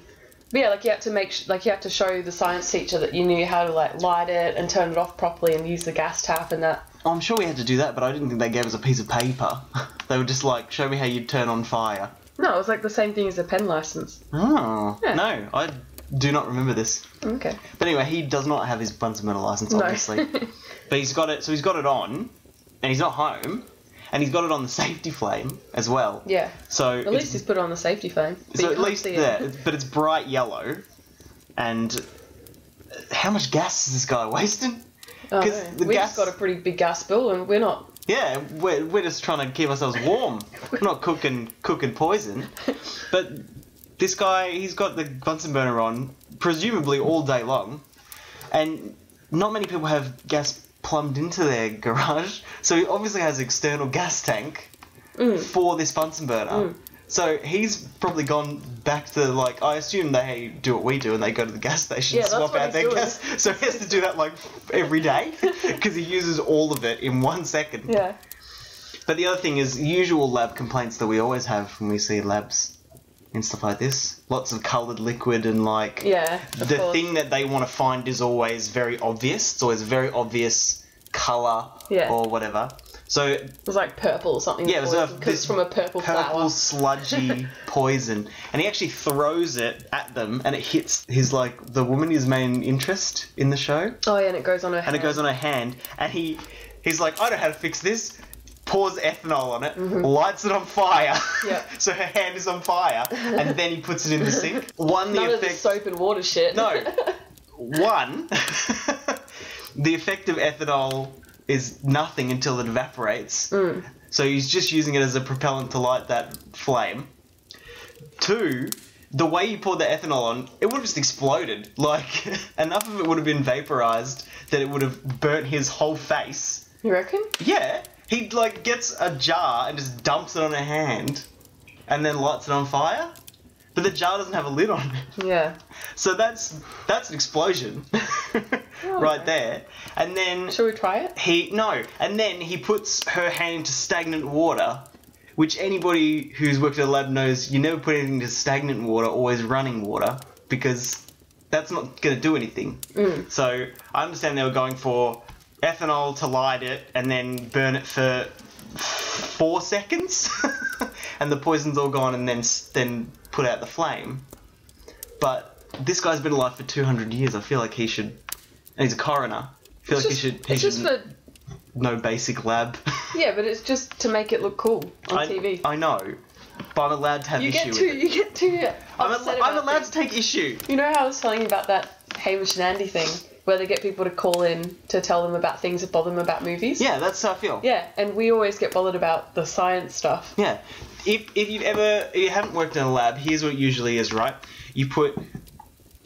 S3: But yeah, like you had to make, sh- like you had to show the science teacher that you knew how to like light it and turn it off properly and use the gas tap and that.
S2: I'm sure we had to do that, but I didn't think they gave us a piece of paper. (laughs) they were just like, show me how you turn on fire.
S3: No, it was like the same thing as a pen license.
S2: Oh.
S3: Yeah.
S2: No, I do not remember this.
S3: Okay.
S2: But anyway, he does not have his Bunsen burner license,
S3: No. (laughs)
S2: obviously. but he's got it, so he's got it on, and he's not home, and he's got it on the safety flame as well.
S3: Yeah.
S2: So
S3: At least
S2: it's,
S3: he's put on the safety phone. but you
S2: so at
S3: can't
S2: least
S3: see it.
S2: there, but it's bright yellow, and how much gas is this guy wasting?
S3: Oh,
S2: 'Cause
S3: no.
S2: the
S3: we
S2: gas-
S3: just got a pretty big gas bill, and we're not.
S2: Yeah, we're, we're just trying to keep ourselves warm. we're not cooking cooking poison. But this guy, he's got the Bunsen burner on, presumably all day long, and not many people have gas plumbed into their garage, so he obviously has an external gas tank
S3: Mm.
S2: for this Bunsen burner. So he's probably gone back to like I assume they do what we do and they go to the gas station
S3: Yeah,
S2: and
S3: that's
S2: swap
S3: what
S2: out
S3: he's
S2: their
S3: doing.
S2: gas. So he has to do that like every
S3: (laughs)
S2: day because he uses all of it in one second.
S3: Yeah.
S2: But the other thing is usual lab complaints that we always have when we see labs and stuff like this. Lots of coloured liquid and like
S3: Yeah. of
S2: the
S3: course.
S2: thing that they want to find is always very obvious. It's always very obvious colour
S3: Yeah.
S2: or whatever. So
S3: It was like purple or something.
S2: Yeah, it was
S3: poison,
S2: a-
S3: 'cause it's from a purple,
S2: purple
S3: flower. (laughs)
S2: sludgy poison, and he actually throws it at them, and it hits his like the woman his main interest in the show.
S3: Oh yeah, and it goes on her.
S2: and it goes on her hand, and he he's like, I know how to fix this. Pours ethanol on it,
S3: Mm-hmm.
S2: lights it on fire.
S3: Yep.
S2: (laughs) so her hand is on fire, and then he puts it in the sink. One, the
S3: None of
S2: effect.
S3: this soap and water shit.
S2: No. One, (laughs) the effect of ethanol is nothing until it evaporates. So he's just using it as a propellant to light that flame. Two, the way he poured the ethanol on, it would have just exploded. (laughs) Like, enough of it would have been vaporized that it would have burnt his whole face.
S3: you reckon?
S2: Yeah. He, like, gets a jar and just dumps it on her hand and then lights it on fire. But the jar doesn't have a lid on it.
S3: Yeah.
S2: So that's that's an explosion (laughs) right there. And then
S3: Shall we try it?
S2: he no, and then he puts her hand into stagnant water, which anybody who's worked at a lab knows you never put anything into stagnant water, always running water because that's not going to do anything.
S3: Mm.
S2: So I understand they were going for ethanol to light it and then burn it for four seconds, (laughs) and the poison's all gone, and then s- then put out the flame. But this guy's been alive for two hundred years. I feel like he should, and he's a coroner. I feel
S3: It's
S2: like
S3: just,
S2: he should. He
S3: it's
S2: should
S3: just for
S2: no basic lab.
S3: yeah, but it's just to make it look cool on
S2: I,
S3: TV.
S2: I know, but I'm allowed to have
S3: you
S2: issue
S3: get
S2: with
S3: too.
S2: it.
S3: You get too.
S2: I'm,
S3: upset
S2: al-
S3: about
S2: I'm allowed
S3: things.
S2: to take issue.
S3: You know how I was telling you about that Hamish and Andy thing, where they get people to call in to tell them about things that bother them about movies?
S2: Yeah, that's how I feel.
S3: Yeah, and we always get bothered about the science stuff.
S2: Yeah. If, if you've ever if you haven't worked in a lab, here's what it usually is, right? You put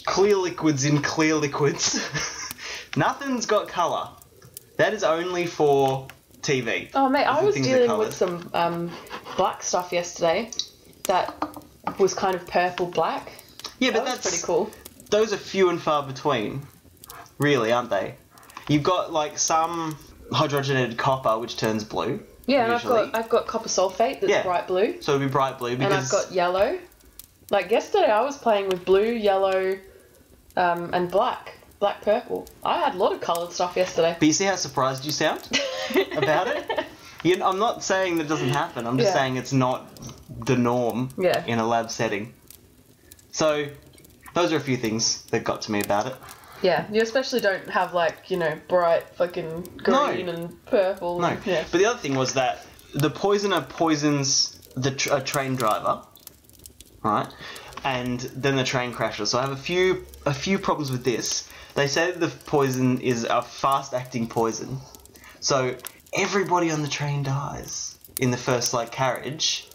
S2: clear liquids in clear liquids. (laughs) Nothing's got color. That is only for TV.
S3: Oh, mate, I
S2: The
S3: was
S2: things that
S3: dealing
S2: colour.
S3: with some um, black stuff yesterday that was kind of purple black.
S2: yeah,
S3: That
S2: but
S3: was
S2: that's
S3: pretty cool.
S2: Those are few and far between, really, aren't they? You've got like some hydrogenated copper which turns blue.
S3: Yeah, and I've
S2: usually.
S3: got I've got copper sulfate that's
S2: Yeah.
S3: bright blue,
S2: So it'd be bright blue
S3: and I've
S2: because
S3: got yellow. Like yesterday, I was playing with blue, yellow, um, and black, black purple. I had a lot of coloured stuff yesterday.
S2: But you see how surprised you sound
S3: (laughs)
S2: about it? You I'm not saying that doesn't happen. I'm just
S3: Yeah.
S2: saying it's not the norm
S3: Yeah.
S2: in a lab setting. So, those are a few things that got to me about it.
S3: Yeah, you especially don't have like you know bright fucking green and purple.
S2: No.
S3: Yeah.
S2: But the other thing was that the poisoner poisons the tr- a train driver, right? And then the train crashes. So I have a few a few problems with this. They say that the poison is a fast-acting poison. So everybody on the train dies in the first like carriage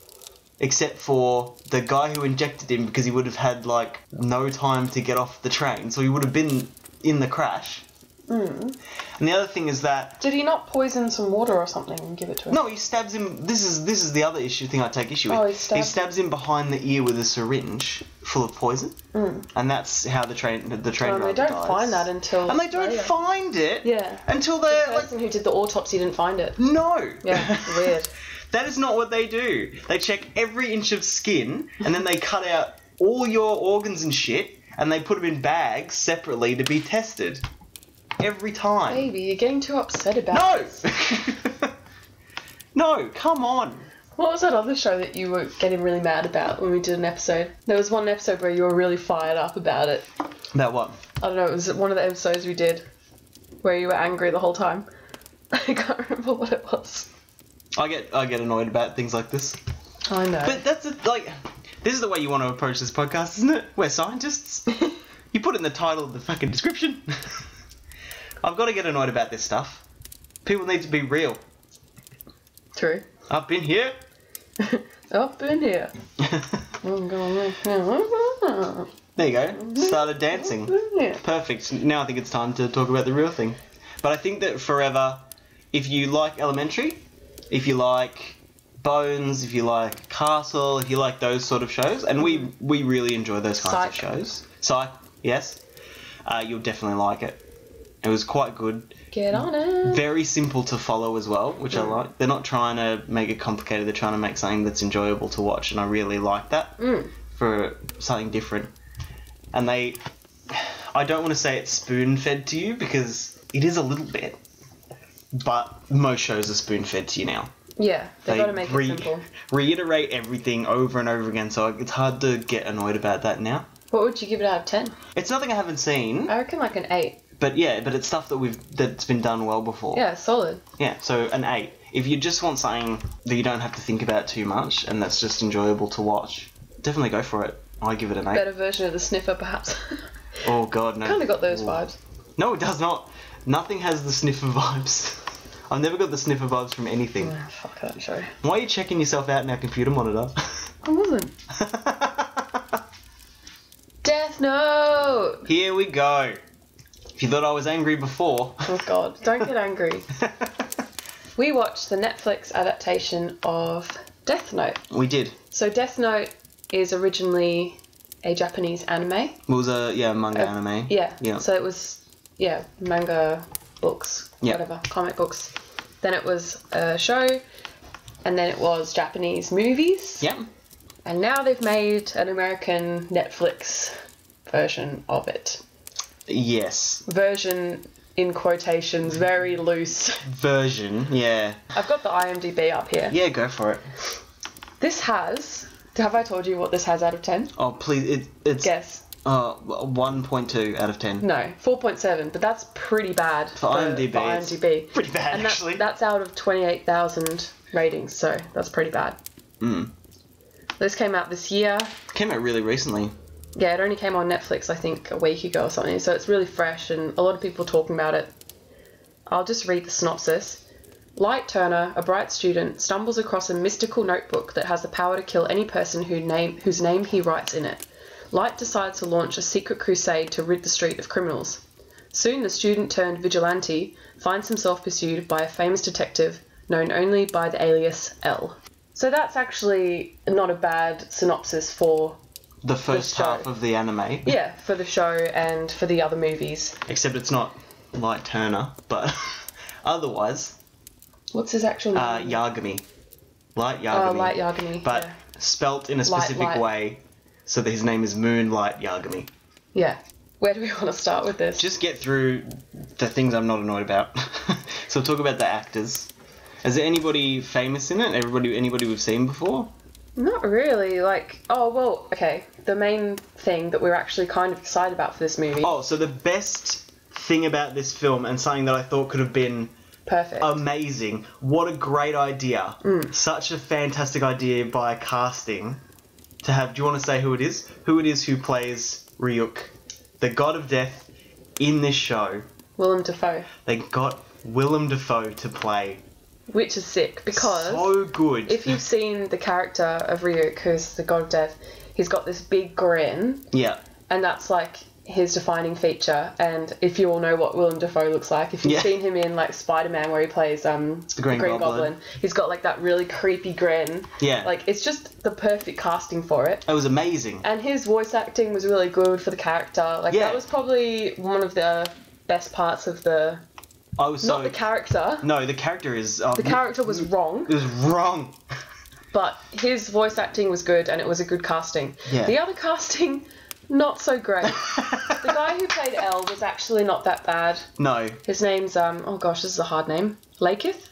S2: except for the guy who injected him because he would have had like no time to get off the train. So he would have been in the crash. And the other thing is that
S3: Did he not poison some water or something and give it to him?
S2: no, he stabs him. This is this is the other issue thing I take issue with.
S3: Oh, he stabs-
S2: him behind the ear with a syringe full of poison, and that's how the train the train driver
S3: And Mm. Um, they don't
S2: dies.
S3: find that until.
S2: and they don't
S3: later.
S2: find it
S3: Yeah.
S2: until
S3: The
S2: they're like
S3: person who did the autopsy didn't find it.
S2: no. (laughs)
S3: Yeah, weird.
S2: That is not what they do. They check every inch of skin and then they cut out all your organs and shit and they put them in bags separately to be tested every time.
S3: Baby, you're getting too upset about
S2: No!
S3: this.
S2: (laughs) no, come on.
S3: What was that other show that you were getting really mad about when we did an episode? There was one episode where you were really fired up about it.
S2: That one.
S3: I don't know, it was one of the episodes we did where you were angry the whole time. (laughs) I can't remember what it was.
S2: I get I get annoyed about things like this.
S3: I know.
S2: But that's a, like this is the way you want to approach this podcast, isn't it? We're scientists. you put it in the title of the fucking description. (laughs) I've got to get annoyed about this stuff. People need to be real.
S3: (laughs) True. Oh,
S2: Up in here. (laughs)
S3: Up in here.
S2: there
S3: I'm going up
S2: you go. Started dancing.
S3: in here.
S2: Perfect. Now I think it's time to talk about the real thing. But I think that forever, if you like Elementary, if you like Bones, if you like Castle, if you like those sort of shows, and we we really enjoy those kinds
S3: Psych.
S2: of shows. Psych, yes, uh, you'll definitely like it. It was quite good.
S3: Get on it.
S2: Very simple to follow as well, which
S3: Mm.
S2: I like. They're not trying to make it complicated. They're trying to make something that's enjoyable to watch, and I really like that
S3: Mm.
S2: for something different. And they, I don't want to say it's spoon fed to you because it is a little bit, but most shows are spoon fed to you now.
S3: Yeah, they've got to make
S2: re-
S3: it simple.
S2: reiterate everything over and over again, so it's hard to get annoyed about that now.
S3: What would you give it out of 10?
S2: It's nothing I haven't seen,
S3: I reckon like an 8.
S2: but yeah, but it's stuff that we've that's been done well before.
S3: Yeah, solid.
S2: Yeah, so an eight. If you just want something that you don't have to think about too much and that's just enjoyable to watch, definitely go for it. I give it an eight.
S3: Better version of the sniffer, perhaps. (laughs)
S2: Oh god, no.
S3: kind of got those
S2: Ooh.
S3: vibes.
S2: No, it does not. Nothing has the sniffer (laughs) vibes. I've never got the sniffer vibes from anything.
S3: Ah, fuck that show.
S2: Why are you checking yourself out in our computer monitor? (laughs)
S3: I wasn't. Death Note!
S2: Here we go. If you thought I was angry before, (laughs)
S3: Oh god, don't get angry. We watched the Netflix adaptation of Death Note.
S2: we did.
S3: So, Death Note is originally a Japanese anime.
S2: It was a yeah manga
S3: Uh,
S2: anime.
S3: Yeah.
S2: Yeah.
S3: So it was, yeah, manga, books,
S2: Yeah.
S3: whatever, comic books. Then it was a show, and then it was Japanese movies.
S2: yeah.
S3: And now they've made an American Netflix version of it.
S2: Yes.
S3: Version in quotations, very loose. (laughs)
S2: Version. Yeah.
S3: I've got the IMDb up here.
S2: Yeah. Go for it.
S3: This has. Have I told you what this has out of 10?
S2: Oh please. It, it's
S3: Guess.
S2: uh one point two out of ten.
S3: No, 4.7, but that's pretty bad for,
S2: IMDb,
S3: for
S2: it's
S3: IMDb.
S2: Pretty bad
S3: And
S2: actually.
S3: that, that's out of 28,000 ratings, so that's pretty bad.
S2: Mm.
S3: This came out this year.
S2: Came out really recently.
S3: Yeah, it only came on Netflix, I think, a week ago or something, so it's really fresh and a lot of people talking about it. I'll just read the synopsis. Light Turner, a bright student, stumbles across a mystical notebook that has the power to kill any person who name, whose name he writes in it. Light decides to launch a secret crusade to rid the street of criminals. Soon, the student turned vigilante finds himself pursued by a famous detective known only by the alias L. So that's actually not a bad synopsis for
S2: The first
S3: show.
S2: half of the anime.
S3: yeah, for the show and for the other movies.
S2: Except it's not Light Turner, but (laughs) otherwise,
S3: What's his actual name?
S2: uh, Yagami. Light Yagami.
S3: oh, Light Yagami.
S2: But
S3: yeah.
S2: spelt in a specific
S3: Light.
S2: way, so that his name is Moonlight Yagami.
S3: yeah. Where do we (laughs) want to start with this?
S2: Just get through the things I'm not annoyed about. (laughs) so we'll talk about the actors. Is there anybody famous in it? Everybody, anybody we've seen before?
S3: Not really. Like, oh well, okay. The main thing that we're actually kind of excited about for this movie.
S2: Oh, so the best thing about this film and something that I thought could have been
S3: perfect.
S2: um, amazing. What a great idea.
S3: Mm.
S2: Such a fantastic idea by casting to have. Do you want to say who it is? Who it is who plays Ryuk, the god of death, in this show?
S3: Willem Dafoe,
S2: They got Willem Dafoe to play.
S3: which is sick because
S2: so good.
S3: if you've seen the character of Ryuk, who's the god of death, he's got this big grin,
S2: yeah.
S3: and that's like his defining feature. And if you all know what Willem Dafoe looks like, if you've
S2: Yeah.
S3: seen him in like Spider Man where he plays um
S2: The Green Goblin.
S3: he's got like that really creepy grin.
S2: Yeah.
S3: Like uh, it's just the perfect casting for it.
S2: it was amazing.
S3: And his voice acting was really good for the character. Like
S2: Yeah.
S3: that was probably one of the best parts of the
S2: I was so.
S3: not the character.
S2: no, the character is. Um,
S3: The character was wrong.
S2: It was wrong.
S3: But his voice acting was good, and it was a good casting.
S2: Yeah.
S3: The other casting, not so
S2: (laughs)
S3: great. the guy who played L was actually not that bad.
S2: No.
S3: His name's um oh gosh, this is a hard name. Laketh?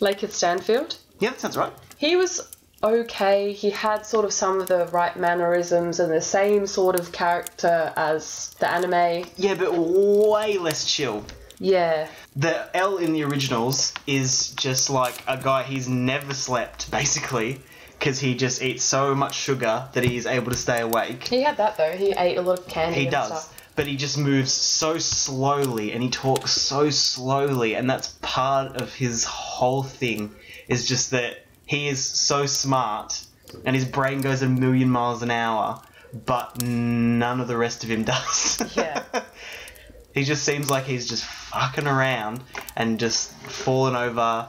S3: Laketh Stanfield.
S2: Yeah, that sounds right.
S3: He was okay. He had sort of some of the right mannerisms and the same sort of character as the anime.
S2: Yeah, but way less chill.
S3: Yeah.
S2: The L in the originals is just like a guy he's never slept, basically, because he just eats so much sugar that he's able to stay awake.
S3: He had that though. He ate a lot of candy
S2: He
S3: and
S2: does.
S3: stuff.
S2: But he just moves so slowly and he talks so slowly, and that's part of his whole thing. Is just that he is so smart and his brain goes a million miles an hour, but none of the rest of him (laughs) does. (laughs)
S3: Yeah.
S2: he just seems like he's just fucking around and just falling over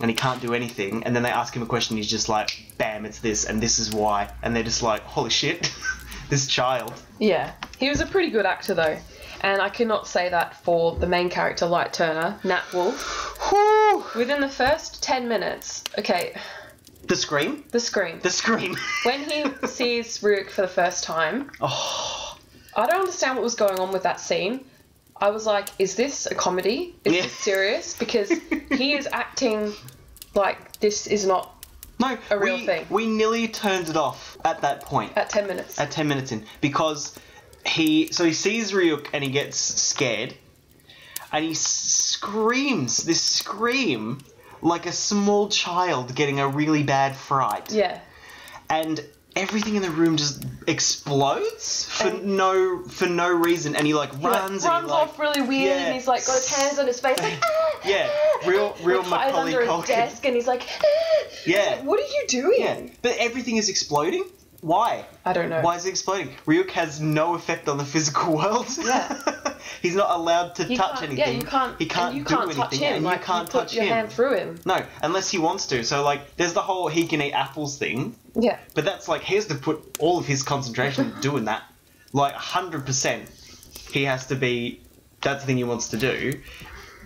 S2: and he can't do anything. And then they ask him a question, he's just like, bam, it's this, and this is why. And they're just like, holy shit, (laughs) this child.
S3: Yeah. He was a pretty good actor though. And I cannot say that for the main character, Light Turner, Nat Wolf.
S2: Whew.
S3: Within the first 10 minutes, okay,
S2: The scream?
S3: the scream.
S2: The scream.
S3: when
S2: (laughs)
S3: he sees Ryuk for the first time,
S2: oh,
S3: I don't understand what was going on with that scene. I was like, is this a comedy? Is
S2: Yeah.
S3: this serious?
S2: (laughs)
S3: Because he is acting like this is not
S2: no.
S3: A real
S2: we,
S3: thing.
S2: We nearly turned it off at that point.
S3: at 10 minutes.
S2: at 10 minutes in because he so he sees Ryuk and he gets scared and he s- screams this scream like a small child getting a really bad fright
S3: yeah.
S2: and everything in the room just explodes for
S3: And-
S2: no for no reason and he like
S3: He, like,
S2: runs
S3: runs
S2: and he, like-
S3: off really weird
S2: yeah.
S3: and he's like got his hands on his
S2: (laughs)
S3: face like "Ah, (laughs)
S2: Yeah,
S3: ah,"
S2: real- real
S3: like, hides
S2: Macaulay
S3: under a
S2: Culkin.
S3: desk and he's like (gasps) "Ah." It's
S2: Yeah.
S3: like, what are you doing
S2: yeah but everything is exploding why
S3: I don't know
S2: Why is it exploding? Ryuk has no effect on the physical (laughs) world.
S3: Yeah.
S2: (laughs) He's not allowed to
S3: you
S2: touch
S3: can't,
S2: anything.
S3: yeah you can't
S2: He can't
S3: and you
S2: do
S3: can't
S2: anything,
S3: touch him
S2: and
S3: like
S2: you can't
S3: put
S2: touch
S3: your
S2: him.
S3: hand through him
S2: No, unless he wants to. So like, there's the whole he can eat apples thing,
S3: yeah
S2: but that's like he has to put all of his concentration into doing that. Like hundred percent, he has to be. That's the thing he wants to do.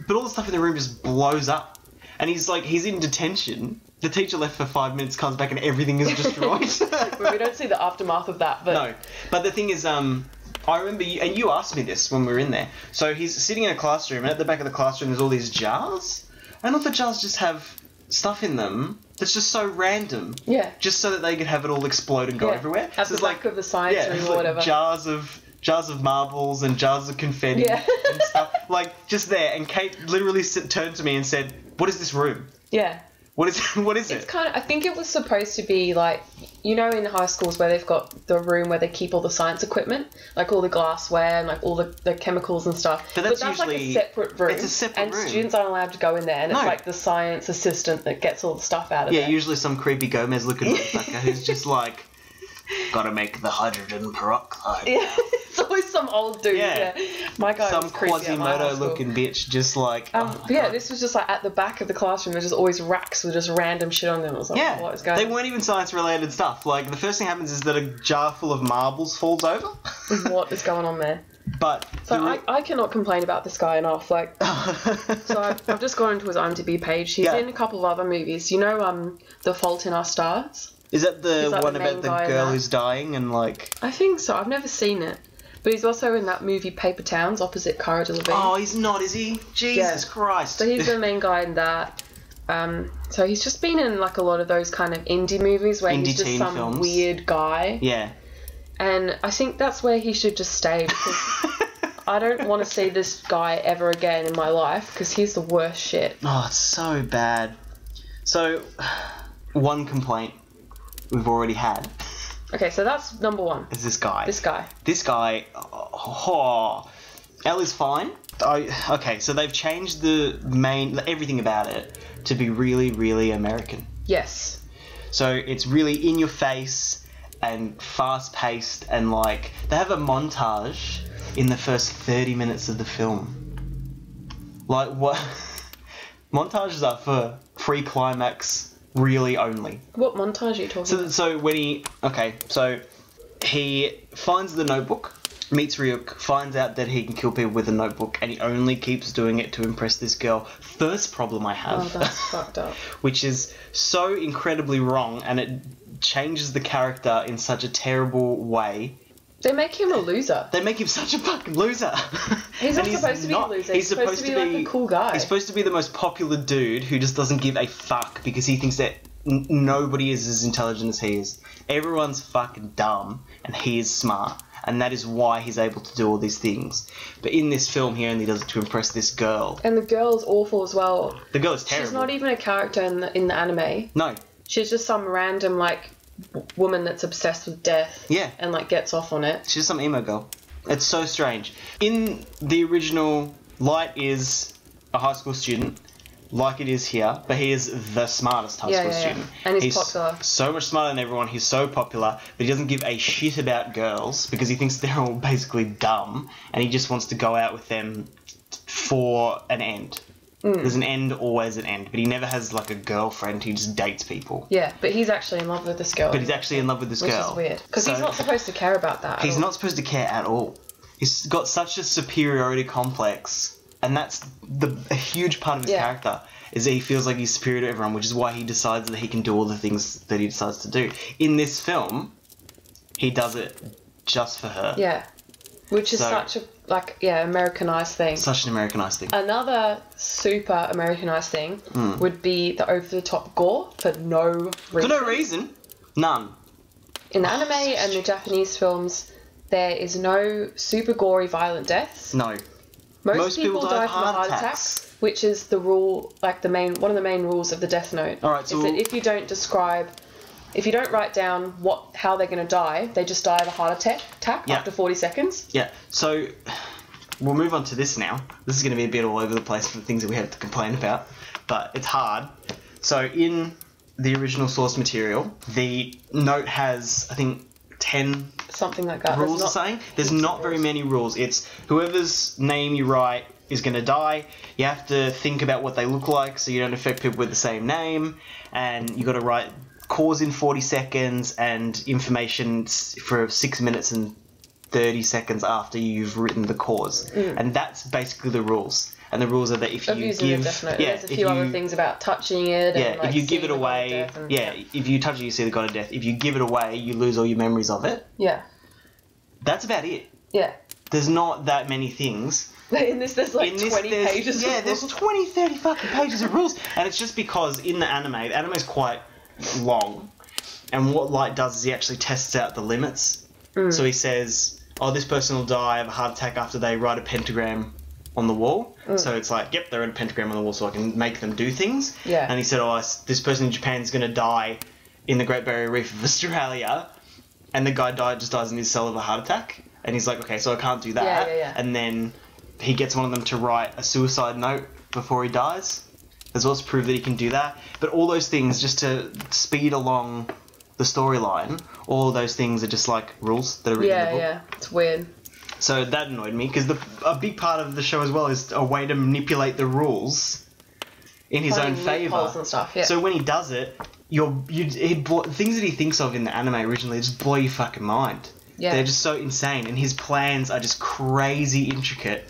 S2: But all the stuff in the room just blows up, and he's like, he's in detention. The teacher left for five minutes, comes back, and everything is destroyed. (laughs)
S3: Well, we don't see the aftermath of that but
S2: No, but the thing is, um, I remember, you, and you asked me this when we were in there. So he's sitting in a classroom, and at the back of the classroom, there's all these jars, and all the jars just have stuff in them that's just so random.
S3: yeah
S2: Just so that they could have it all explode and go
S3: Yeah,
S2: everywhere.
S3: at the
S2: it's
S3: back of the science
S2: yeah,
S3: room
S2: it's
S3: or
S2: like
S3: whatever.
S2: Jars of jars of marbles and jars of confetti
S3: Yeah.
S2: and stuff. (laughs) Like just there. And Kate literally sit, turned to me and said, "What is this room?
S3: yeah
S2: What is (laughs) what is
S3: It's
S2: it?"
S3: kind of. I think it was supposed to be like, you know, in high schools where they've got the room where they keep all the science equipment, like all the glassware and like all the, the chemicals and stuff.
S2: But that's
S3: like a
S2: usually-
S3: separate room.
S2: it's a separate
S3: and
S2: room.
S3: students aren't allowed to go in there, and it's
S2: No.
S3: like the science assistant that gets all the stuff out of
S2: Yeah,
S3: there.
S2: usually some creepy Gomez
S3: (laughs)
S2: looking motherfucker who's just like, gotta make the hydrogen peroxide.
S3: Yeah, (laughs) it's always some old dude.
S2: Yeah.
S3: Yeah, my guy
S2: Some
S3: was creepy at my high
S2: Quasimodo
S3: school.
S2: looking bitch, just like. oh
S3: Um,
S2: my
S3: but yeah,
S2: God.
S3: this was just like at the back of the classroom. There's just always racks with just random shit on them. I was like,
S2: yeah,
S3: what is going?
S2: they weren't even science related stuff. Like, the first thing happens is that a jar full of marbles falls over.
S3: (laughs) what is going on there?
S2: (laughs) but.
S3: So
S2: the
S3: I,
S2: re-
S3: I cannot complain about this guy enough. Like (laughs) So I've,
S2: (laughs)
S3: I've just gone into his IMDb page. He's
S2: Yeah.
S3: in a couple of other movies. You know, um, The Fault in Our Stars.
S2: is that the
S3: He's like
S2: one
S3: the
S2: about
S3: main
S2: the
S3: guy in
S2: girl
S3: that.
S2: who's dying and, like.
S3: I think so. I've never seen it, but he's also in that movie Paper Towns opposite Cara Delevingne.
S2: Oh, he's not, is he? Jesus
S3: Yeah.
S2: Christ. (laughs)
S3: So he's the main guy in that. Um, so he's just been in like a lot of those kind of indie movies where
S2: Indie
S3: he's just
S2: teen
S3: some
S2: films.
S3: weird guy,
S2: yeah.
S3: and I think that's where he should just stay because (laughs) I don't want to see this guy ever again in my life because he's the worst shit.
S2: Oh, it's so bad. So, one complaint we've already had
S3: Okay, so that's number one.
S2: is this guy.
S3: This guy.
S2: This guy. Oh, L is fine. I, okay, so they've changed the main everything about it to be really, really American.
S3: Yes.
S2: So it's really in your face and fast paced and like they have a montage in the first 30 minutes of the film. Like what (laughs) montages are for pre-climax really only.
S3: What montage are you talking
S2: So
S3: about?
S2: so when he okay, so he finds the notebook meets Ryuk, finds out that he can kill people with a notebook, and he only keeps doing it to impress this girl. First problem I have. (laughs)
S3: Oh, that's fucked up.
S2: which is so incredibly wrong and it changes the character in such a terrible way.
S3: They make him a loser.
S2: They make him such a fucking loser.
S3: (laughs) He's
S2: And
S3: not supposed to be a loser, he's supposed to be, like, a cool guy.
S2: He's supposed to be the most popular dude who just doesn't give a fuck because he thinks that n- nobody is as intelligent as he is. Everyone's fucking dumb and he is smart. And that is why he's able to do all these things. But in this film, he only does it to impress this girl.
S3: And the girl's awful as well.
S2: The girl is terrible.
S3: She's not even a character in the, in the anime.
S2: No.
S3: She's just some random like w- woman that's obsessed with death.
S2: Yeah.
S3: And like gets off on it.
S2: She's some emo girl. It's so strange. In the original, Light is a high school student, like it is here, but he is the smartest high
S3: Yeah,
S2: school
S3: yeah, yeah.
S2: student.
S3: And he's popular.
S2: So much smarter than everyone. He's so popular, but he doesn't give a shit about girls because he thinks they're all (laughs) basically dumb, and he just wants to go out with them t- for an end.
S3: Mm.
S2: There's an end, always an end, but he never has like a girlfriend. He just dates people.
S3: Yeah, but he's actually in love with this girl.
S2: But he's actually in love with this
S3: which
S2: girl.
S3: is weird because he's
S2: So-
S3: not supposed to care about that. at
S2: He's
S3: all.
S2: not supposed to care at all. He's got such a superiority complex, and that's the a huge part of his
S3: Yeah.
S2: character is that he feels like he's superior to everyone, which is why he decides that he can do all the things that he decides to do. In this film, he does it just for her.
S3: Yeah, which is
S2: So-
S3: such a like yeah Americanized thing.
S2: Such an Americanized thing.
S3: Another super Americanized thing would be the over the top gore for no reason.
S2: Hmm. For no reason. None.
S3: In the anime and the Japanese films, there is no super gory violent deaths.
S2: No.
S3: Most,
S2: Most
S3: people, die from a heart
S2: attacks.
S3: attack, which is the rule, like the main one of the main rules of the Death Note.
S2: All right, so-
S3: is that if you don't describe, if you don't write down what how they're going to die, they just die of a heart attack, attack
S2: Yeah.
S3: after 40 seconds.
S2: Yeah. So we'll move on to this now. This is going to be a bit all over the place for the things that we have to complain about, but it's hard. So in the original source material, the note has I think ten
S3: Something like that. That's
S2: rules
S3: not-
S2: or something. There's not very many rules. It's whoever's name you write is going to die. You have to think about what they look like so you don't affect people with the same name, and you got to write cause in 40 seconds and information s- for six minutes and 30 seconds after you've written the cause.
S3: Mm.
S2: And that's basically the rules. And the rules are that if
S3: Of
S2: you
S3: using
S2: give,
S3: the Death Note.
S2: yeah,
S3: There's a
S2: if
S3: few other
S2: you-
S3: things about touching it.
S2: yeah,
S3: and, like,
S2: if you give
S3: seeing
S2: it
S3: the god of
S2: away,
S3: death and-
S2: yeah, if you touch it, you see the god of death. If you give it away, you lose all your memories of it.
S3: Yeah.
S2: That's about it
S3: Yeah. (laughs)
S2: there's not that many things.
S3: In this, there's like
S2: In this,
S3: 20
S2: there's,
S3: pages.
S2: yeah,
S3: of
S2: there's
S3: rules.
S2: 20, 30 fucking pages of rules. And it's just because in the anime, the anime's quite long. And what Light does is he actually tests out the limits.
S3: Mm.
S2: So he says, oh, this person will die of a heart attack after they write a pentagram on the wall.
S3: Mm.
S2: So it's like, yep, they wrote a pentagram on the wall so I can make them do things.
S3: Yeah.
S2: And he said, oh, s- this person in Japan's going to die in the Great Barrier Reef of (laughs) Australia. And the guy died, just dies in his cell of a heart attack. And he's like, okay, so I can't do that
S3: Yeah,
S2: that,
S3: yeah, yeah.
S2: and then he gets one of them to write a suicide note before he dies. There's also proof that he can do that. But all those things, just to speed along the storyline, all those things are just like rules that are written in the
S3: Yeah,
S2: book.
S3: yeah. It's weird.
S2: So that annoyed me because a big part of the show as well is a way to manipulate the rules in his own
S3: Finding
S2: favor.
S3: loopholes and stuff, yeah.
S2: So when he does it, you're, you it blo- things that he thinks of in the anime originally just blow your fucking mind.
S3: Yeah.
S2: They're just so insane, and his plans are just crazy intricate.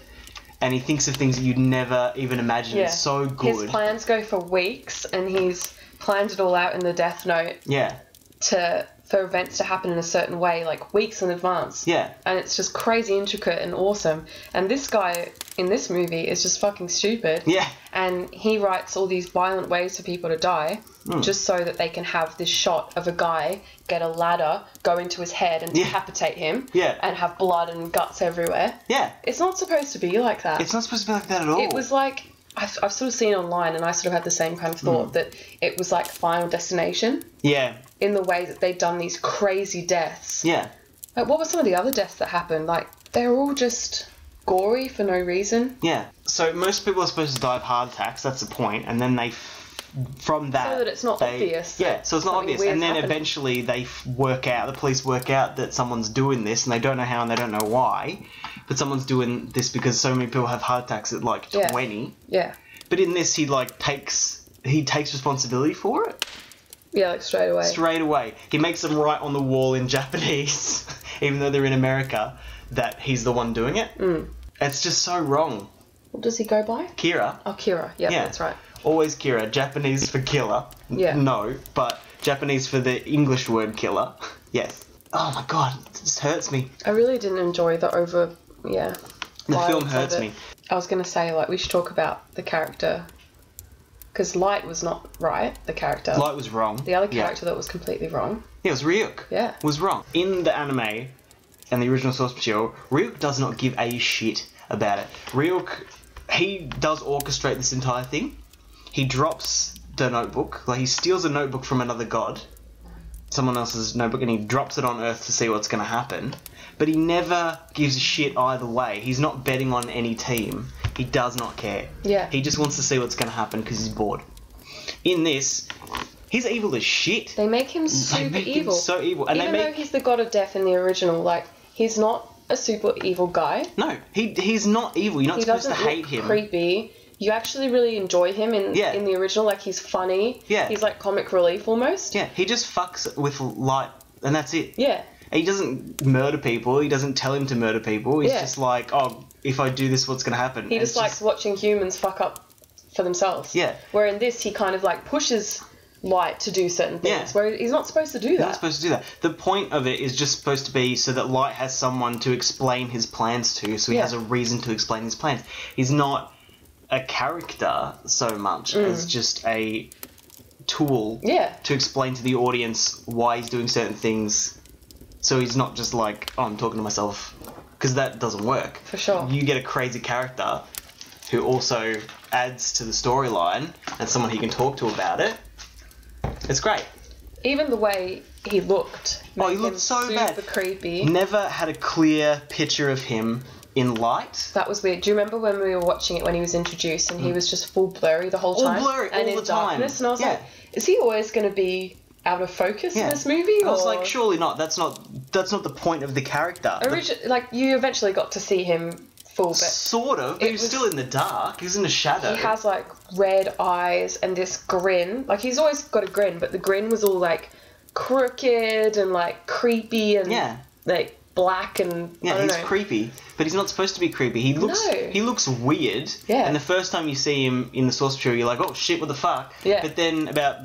S2: And he thinks of things that you'd never even imagine. It's so good.
S3: His plans go for weeks, and he's planned it all out in the Death Note
S2: yeah,
S3: to for events to happen in a certain way, like weeks in advance.
S2: yeah.
S3: And it's just crazy intricate and awesome. And this guy in this movie is just fucking stupid.
S2: Yeah.
S3: And he writes all these violent ways for people to die,
S2: Hmm.
S3: just so that they can have this shot of a guy get a ladder, go into his head, and
S2: Yeah.
S3: decapitate him.
S2: Yeah.
S3: And have blood and guts everywhere.
S2: Yeah.
S3: It's not supposed to be like that
S2: It's not supposed to be like that at all.
S3: it was like I've, I've sort of seen online and i sort of had the same kind of
S2: Hmm.
S3: thought that it was like final destination
S2: yeah,
S3: in the way that they'd done these crazy deaths
S2: yeah.
S3: like what were some of the other deaths that happened like they're all just gory for no reason
S2: Yeah. So most people are supposed to die of heart attacks. That's the point, and then they, f- from that,
S3: that it's not
S2: they-
S3: obvious
S2: Yeah. So it's not
S3: something
S2: obvious,
S3: weird's
S2: and then
S3: happened.
S2: eventually they f- work out. The police work out that someone's doing this, and they don't know how and they don't know why, but someone's doing this because so many people have heart attacks at like
S3: Yeah.
S2: twenty.
S3: yeah
S2: But in this, he like takes he takes responsibility for it
S3: yeah like straight away
S2: (laughs) straight away. He makes them write on the wall in Japanese, even though they're in America. that he's the one doing it.
S3: Mm.
S2: It's just so wrong.
S3: What does he go by?
S2: Kira,
S3: Oh, Kira. Yeah,
S2: Yeah.
S3: that's right.
S2: always Kira. Japanese for killer. N-
S3: Yeah.
S2: No, but Japanese for the English word killer. (laughs) yes. Oh my god, it just hurts me.
S3: I really didn't enjoy the over. Yeah.
S2: The
S3: violence
S2: film
S3: of
S2: hurts
S3: it.
S2: me.
S3: I was gonna say like we should talk about the character, because Light was not right. The character.
S2: Light was wrong.
S3: the other
S2: Yeah.
S3: character that was completely wrong.
S2: Yeah, it was Ryuk.
S3: Yeah.
S2: Was wrong. In the anime and the original source material, Ryuk does not give a shit about it. Ryuk, he does orchestrate this entire thing. He drops the notebook, like he steals a notebook from another god, someone else's notebook, and he drops it on Earth to see what's going to happen. But he never gives a shit either way. He's not betting on any team. He does not care.
S3: Yeah.
S2: He just wants to see what's going to happen because he's bored. In this, he's evil as shit.
S3: They make him
S2: They
S3: super
S2: make him
S3: evil.
S2: so evil, and
S3: Even
S2: they
S3: though
S2: make
S3: he's the god of death in the original, like he's not a super evil guy.
S2: no. He he's not evil. You're not
S3: He
S2: supposed
S3: doesn't
S2: to hate
S3: look
S2: him.
S3: creepy. You actually really enjoy him in
S2: Yeah.
S3: in the original. Like he's funny.
S2: Yeah.
S3: He's like comic relief almost.
S2: Yeah, he just fucks with light, and that's it.
S3: Yeah.
S2: He doesn't murder people. He doesn't tell him to murder people. He's
S3: Yeah.
S2: just like, oh, if I do this, what's gonna happen?
S3: He
S2: And
S3: just,
S2: it's
S3: likes watching humans fuck up for themselves.
S2: Yeah.
S3: Where in this he kind of like pushes Light to do certain things.
S2: Yeah.
S3: Where he's not supposed to do
S2: You're not
S3: that.
S2: supposed to do that. The point of it is just supposed to be so that Light has someone to explain his plans to, so he
S3: Yeah.
S2: has a reason to explain his plans. He's not a character so much as just a tool
S3: Mm. Yeah.
S2: to explain to the audience why he's doing certain things. So he's not just like, oh, I'm talking to myself, because that doesn't work.
S3: For sure.
S2: You get a crazy character who also adds to the storyline and someone he can talk to about it. It's great.
S3: Even the way he looked.
S2: Oh, he
S3: made him
S2: looked so
S3: super
S2: bad.
S3: creepy.
S2: Never had a clear picture of him in light.
S3: That was weird. Do you remember when we were watching it when he was introduced and he was just full blurry the whole
S2: All
S3: time?
S2: Mm. blurry
S3: and
S2: all
S3: in
S2: the time.
S3: darkness, and I was
S2: Yeah.
S3: like, is he always going to be out of focus in this movie?
S2: I was
S3: or-
S2: like, surely not. That's not. That's not the point of the character. The-
S3: Origi- like you eventually got to see him full, but
S2: sort of.
S3: it
S2: He was
S3: was-
S2: still in the dark. He was in the shadow.
S3: he has like red eyes and this grin. Like he's always got a grin, but the grin was all like crooked and like creepy and
S2: Yeah.
S3: like black and I
S2: Yeah,
S3: don't
S2: he's
S3: know.
S2: creepy, but he's not supposed to be creepy. He looks
S3: No.
S2: he looks weird.
S3: Yeah.
S2: And the first time you see him in the source material, you're like, oh shit, what the fuck?
S3: Yeah.
S2: But then about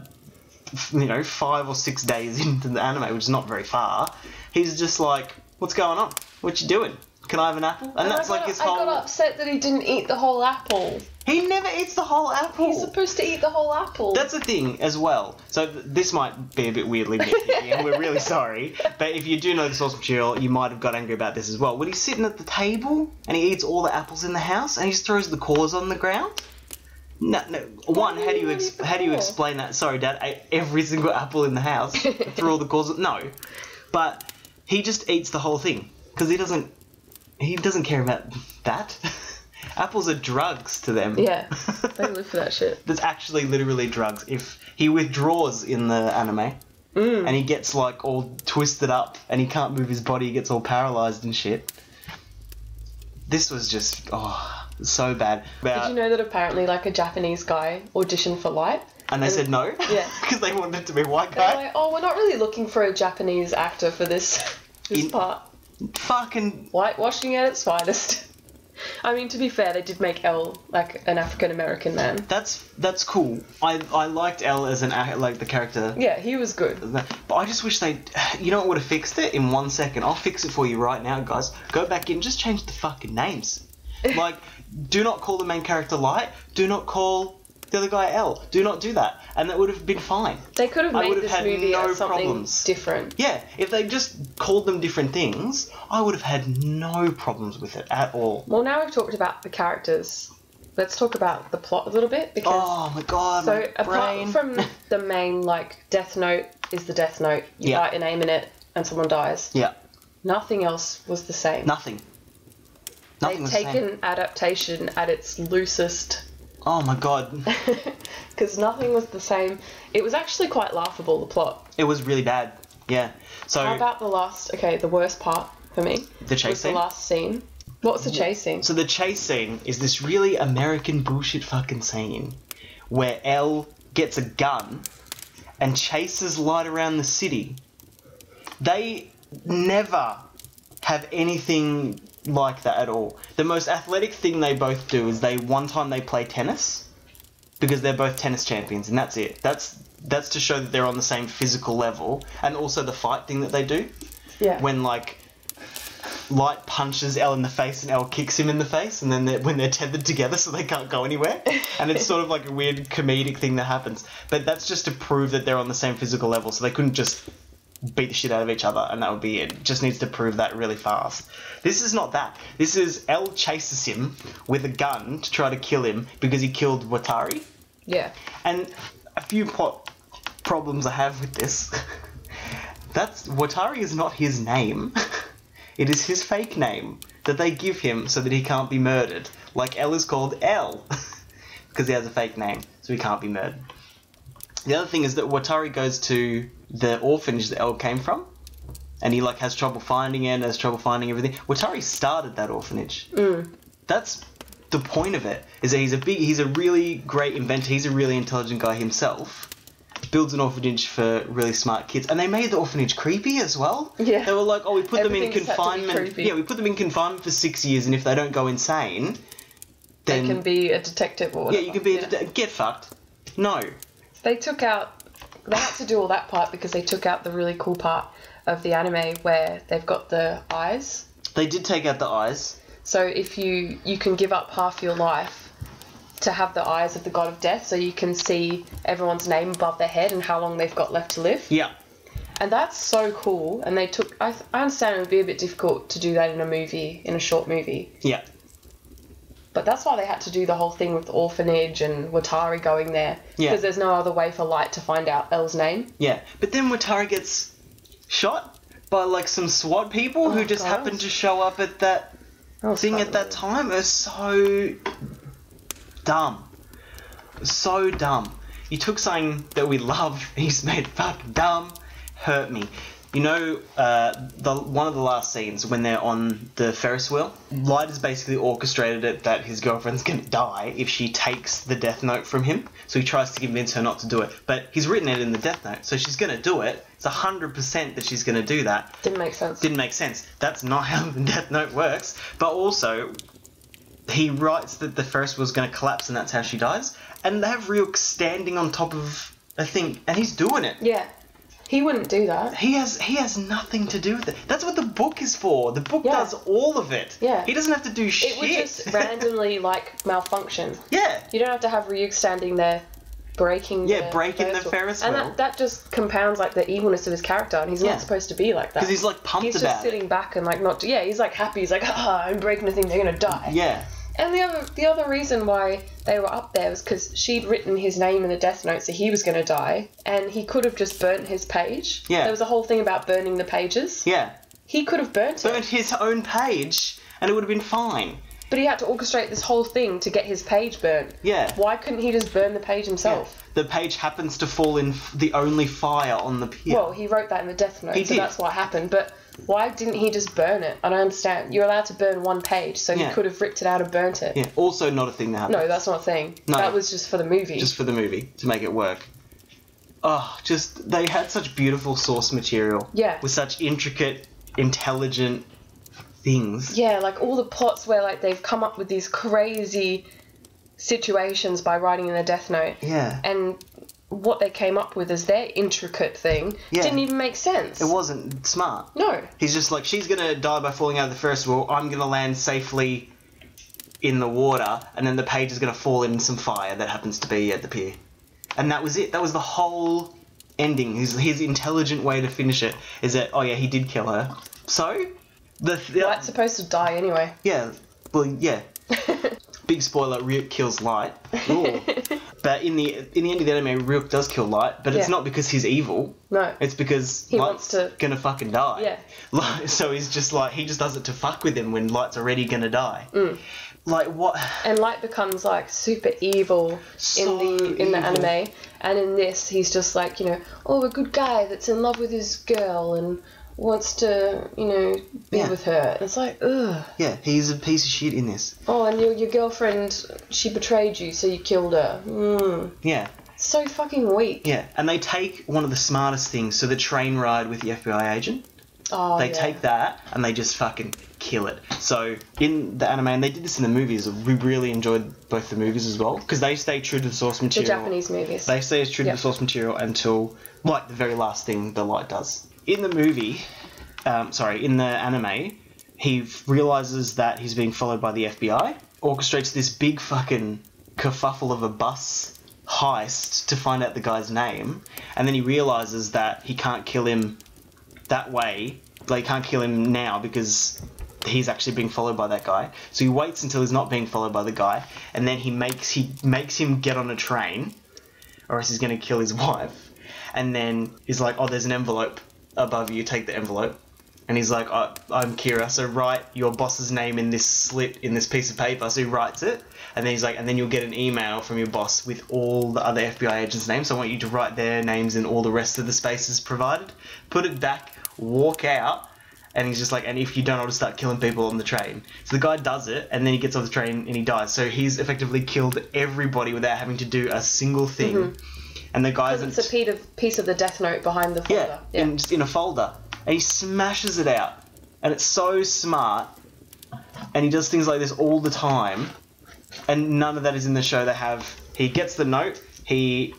S2: f- you know five or six days (laughs) into the anime, which is not very far, he's just like, what's going on? What you doing? Can I have an apple? And,
S3: And
S2: that's
S3: I got,
S2: like his
S3: I got
S2: whole.
S3: upset that he didn't eat the whole apple.
S2: He never eats the whole apple.
S3: He's supposed to eat the whole apple.
S2: Oh. That's the thing as well. So th- this might be a bit weirdly nitpicky,
S3: (laughs)
S2: and we're really sorry. But if you do know the source material, you might have got angry about this as well. When he's sitting at the table and he eats all the apples in the house and he just throws the cores on the ground. No, no. One,
S3: would
S2: how do
S3: he
S2: you
S3: not
S2: ex-
S3: eat the
S2: how do you
S3: core?
S2: explain that? Sorry, Dad, I ate every single apple in the
S3: (laughs)
S2: house threw all the cores. No, but he just eats the whole thing because he doesn't he doesn't care about that. (laughs) apples are drugs to them. (laughs)
S3: Yeah. They live for that shit.
S2: that's actually literally drugs. If he withdraws in the anime
S3: Mm.
S2: and he gets like all twisted up and he can't move his body, he gets all paralyzed and shit. This was just oh so bad. About-
S3: Did you know that apparently, like, a Japanese guy auditioned for Light?
S2: and they said no. (laughs)
S3: Yeah.
S2: because they wanted it to be a white
S3: They're
S2: guy.
S3: like, oh, we're not really looking for a Japanese actor for this, this
S2: In-
S3: part.
S2: Fucking
S3: Whitewashing at its finest. (laughs) I mean, to be fair, they did make L, like, an African American man.
S2: that's that's cool. I I liked L as an ac- like the character.
S3: Yeah, he was good.
S2: But I just wish they, (sighs) you know, what would have fixed it in one second. I'll fix it for you right now, guys. Go back in, just change the fucking
S3: (laughs)
S2: names. Like, do not call the main character Light. Do not call the other guy L. Do not do that, and that would have been fine.
S3: They could have
S2: I
S3: made
S2: would've
S3: this
S2: had
S3: movie
S2: no
S3: as something
S2: problems.
S3: different.
S2: Yeah, if they just called them different things, I would have had no problems with it at all.
S3: Well, now we've talked about the characters. Let's talk about the plot a little bit because
S2: Oh my god,
S3: So
S2: my
S3: apart
S2: brain.
S3: from the main like Death Note is the Death Note. You
S2: Yeah.
S3: write your name in it and someone dies.
S2: yeah,
S3: Nothing else was the same.
S2: nothing. Nothing
S3: They've
S2: was
S3: taken
S2: taken...
S3: adaptation at its loosest
S2: Oh my
S3: (laughs)
S2: god,
S3: because nothing was the same. It was actually quite laughable the plot.
S2: it was really bad. Yeah. So
S3: How about the last? Okay, the worst part for me
S2: the chase
S3: was the
S2: scene?
S3: last scene. What's the chase scene?
S2: So the chase scene is this really American bullshit fucking scene where Elle gets a gun and chases Light around the city. They never have anything like that at all. The most athletic thing they both do is they one time they play tennis because they're both tennis champions, and that's it. That's that's to show that they're on the same physical level, and also the fight thing that they do
S3: Yeah.
S2: when like Light punches L in the face and L kicks him in the face, and then they're, when they're tethered together, so they can't go anywhere. And it's sort of like a weird comedic thing that happens. But that's just to prove that they're on the same physical level, so they couldn't just beat the shit out of each other, and that would be it. Just needs to prove that really fast. This is not that. This is L chases him with a gun to try to kill him because he killed Watari.
S3: yeah.
S2: And a few plot problems I have with this. (laughs) That's Watari is not his name. (laughs) It is his fake name that they give him so that he can't be murdered. Like L is called L (laughs) because he has a fake name, so he can't be murdered. The other thing is that Watari goes to the orphanage that L came from, and he like has trouble finding it, and has trouble finding everything. Watari started that orphanage
S3: Mm.
S2: that's the point of it is that he's a big he's a really great inventor he's a really intelligent guy himself builds an orphanage for really smart kids and they made the orphanage creepy as well
S3: Yeah.
S2: they were like oh we put them in
S3: Everything just had to be
S2: confinement
S3: creepy.
S2: yeah we put them in confignment for six years and if they don't go insane
S3: They
S2: then
S3: can be a detective or
S2: yeah
S3: whatever.
S2: you can be
S3: Yeah.
S2: get fucked no
S3: They took out. They had to do all that part because they took out the really cool part of the anime where they've got the eyes.
S2: they did take out the eyes
S3: So if you you can give up half your life to have the eyes of the god of death, so you can see everyone's name above their head and how long they've got left to live.
S2: yeah
S3: And that's so cool. And they took. I, I understand it would be a bit difficult to do that in a movie, in a short movie.
S2: yeah
S3: But that's why they had to do the whole thing with the orphanage and Watari going there.
S2: Yeah.
S3: Because there's no other way for Light to find out Elle's name.
S2: Yeah, but then Watari gets shot by like some SWAT people who
S3: Oh,
S2: just
S3: God.
S2: happened to show up at that
S3: Oh,
S2: thing
S3: fuck.
S2: at that time. It was so dumb, so dumb. You took something that we love, (laughs) and he's made fuck dumb, hurt me. You know, uh, the one of the last scenes when they're on the Ferris wheel, Light has basically orchestrated it that his girlfriend's gonna die if she takes the Death Note from him. So he tries to convince her not to do it, but he's written it in the Death Note, so she's gonna do it. It's hundred percent that she's gonna do that
S3: Didn't make sense.
S2: didn't make sense. That's not how the Death Note works. But also, he writes that the first was going to collapse and that's how she dies. And they have Ryuk standing on top of a thing, and he's doing it.
S3: Yeah. He wouldn't do that.
S2: He has he has nothing to do with it. That's what the book is for. The book
S3: Yeah.
S2: does all of it.
S3: Yeah.
S2: He doesn't have to do shit.
S3: It would just randomly, like, malfunction.
S2: (laughs) yeah.
S3: You don't have to have Ryuk standing there breaking
S2: Yeah,
S3: the
S2: breaking the Ferris
S3: And
S2: wheel.
S3: that, that just compounds, like, the evilness of his character, and he's
S2: Yeah.
S3: not supposed to be like that.
S2: Because he's like pumped
S3: He's
S2: about
S3: just
S2: it.
S3: sitting back and like not. Yeah, he's like happy. He's like, ah, I'm breaking the thing. They're gonna die.
S2: Yeah.
S3: And the other the other reason why they were up there was because she'd written his name in the death note, so he was going to die, and he could have just burnt his page.
S2: Yeah.
S3: There was a whole thing about burning the pages.
S2: Yeah.
S3: He could have burnt
S2: Burned
S3: it,
S2: his own page, and it would have been fine.
S3: but he had to orchestrate this whole thing to get his page burnt.
S2: Yeah.
S3: Why couldn't he just burn the page himself?
S2: The page happens to fall in f- the only fire on the pier.
S3: Well, he wrote that in the death note,
S2: He
S3: so
S2: did.
S3: that's what happened. But why didn't he just burn it? I don't understand. You're allowed to burn one page, so
S2: Yeah.
S3: he could have ripped it out and burnt it.
S2: yeah. Also, not a thing that happens.
S3: No, that's not a thing.
S2: No.
S3: That was just for the movie.
S2: just for the movie to make it work. Oh, just they had such beautiful source material.
S3: Yeah.
S2: With such intricate, intelligent things.
S3: Yeah, like all the plots where like they've come up with these crazy situations by writing in the Death Note,
S2: Yeah.
S3: and what they came up with as their intricate thing
S2: Yeah.
S3: didn't even make sense.
S2: it wasn't smart.
S3: no,
S2: He's just like, she's gonna die by falling out of the Ferris wheel. I'm gonna land safely in the water, and then the page is gonna fall in some fire that happens to be at the pier. And that was it. That was the whole ending. His, his intelligent way to finish it is that, oh yeah, he did kill her. So, the, the
S3: Light's supposed to die anyway.
S2: Yeah, well,
S3: (laughs)
S2: yeah. Big spoiler: Ryuk kills Light. Ooh. (laughs) but in the in the end of the anime, Ryuk does kill Light, but it's
S3: Yeah.
S2: not because he's evil.
S3: No.
S2: It's because
S3: He
S2: Light's
S3: wants to-
S2: gonna fucking die.
S3: Yeah.
S2: Like, so he's just like he just does it to fuck with him when Light's already gonna die.
S3: Mm.
S2: Like what?
S3: and Light becomes like super evil
S2: So
S3: in the in the
S2: evil.
S3: anime, and in this he's just like you know, oh, a good guy that's in love with his girl and wants to you know be
S2: Yeah.
S3: with her. It's like ugh.
S2: Yeah, he's a piece of shit in this.
S3: Oh, and your, your girlfriend, she betrayed you, so you killed her. Mm.
S2: Yeah.
S3: So fucking weak.
S2: Yeah, and they take one of the smartest things, so the train ride with the FBI agent.
S3: Oh,
S2: they
S3: yeah.
S2: take that and they just fucking kill it. So in the anime, and they did this in the movies. We really enjoyed both the movies as well because they stay true to the source
S3: the
S2: material.
S3: Japanese movies.
S2: They stay true to
S3: Yeah.
S2: the source material until like the very last thing the light does in the movie. Um, sorry, in the anime, he f- realizes that he's being followed by the FBI. Orchestrates this big fucking kerfuffle of a bus heist to find out the guy's name, and then he realizes that he can't kill him that way. Like, he can't kill him now because he's actually being followed by that guy. So he waits until he's not being followed by the guy, and then he makes he makes him get on a train, or else he's gonna kill his (laughs) wife. And then he's like, "Oh, there's an envelope above you. Take the envelope." And he's like, I, "I'm Kira, so write your boss's name in this slit in this piece of paper." So he writes it, and then he's like, "And then you'll get an email from your boss with all the other FBI agents' names. So I want you to write their names in all the rest of the spaces provided. Put it back, walk out." And he's just like, and if you don't, I'll just start killing people on the train. So the guy does it, and then he gets off the train and he dies. So he's effectively killed everybody without having to do a single thing. And the guy
S3: Because
S2: isn't.
S3: it's a piece of, piece of the Death Note behind the
S2: yeah,
S3: folder. Yeah.
S2: In, just in a folder. And he smashes it out. And it's so smart. And he does things like this all the time. And none of that is in the show. They have. He gets the note. He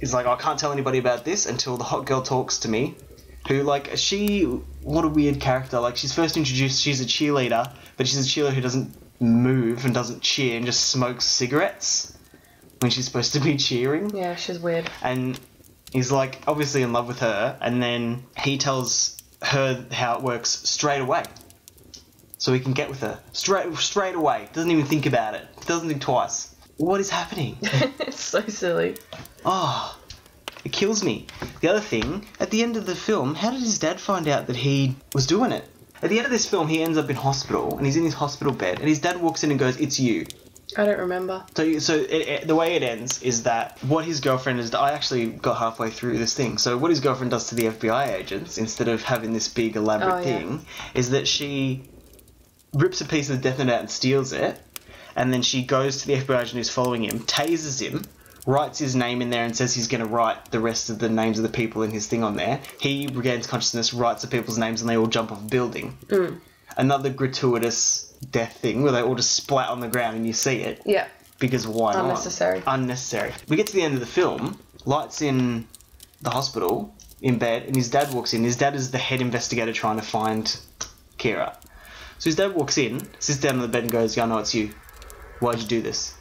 S2: is like, I can't tell anybody about this until the hot girl talks to me. Who, like, she. What a weird character. Like, she's first introduced, she's a cheerleader, but she's a cheerleader who doesn't move and doesn't cheer and just smokes cigarettes when she's supposed to be cheering
S3: yeah, she's weird. (laughs)
S2: and he's like obviously in love with her and then he tells her how it works straight away so he can get with her straight straight away doesn't even think about it doesn't think twice what is happening
S3: it's so silly.
S2: oh it kills me the other thing at the end of the film how did his dad find out that he was doing it at the end of this film he ends up in hospital and he's in his hospital bed and his dad walks in and goes it's you
S3: I don't remember.
S2: so, you- so it, it, the way it ends is that what his girlfriend is. I actually got halfway through this thing. So, what his girlfriend does to the FBI agents, instead of having this big elaborate
S3: Oh, yeah.
S2: thing, is that she rips a piece of the Death Note out and steals it, and then she goes to the FBI agent who's following him, tases him, writes his name in there, and says he's going to write the rest of the names of the people in his thing on there. He regains consciousness, writes the people's names, and they all jump off a building.
S3: Mm.
S2: Another gratuitous death thing where they all just splat on the ground and you see it
S3: Yeah.
S2: because why not?
S3: Unnecessary.
S2: Unnecessary. We get to the end of the film. Lights in the hospital in bed, and his dad walks in. His dad is the head investigator trying to find Kira. So his dad walks in, sits down on the bed, and goes, "Yeah, I know it's you. Why'd you do this?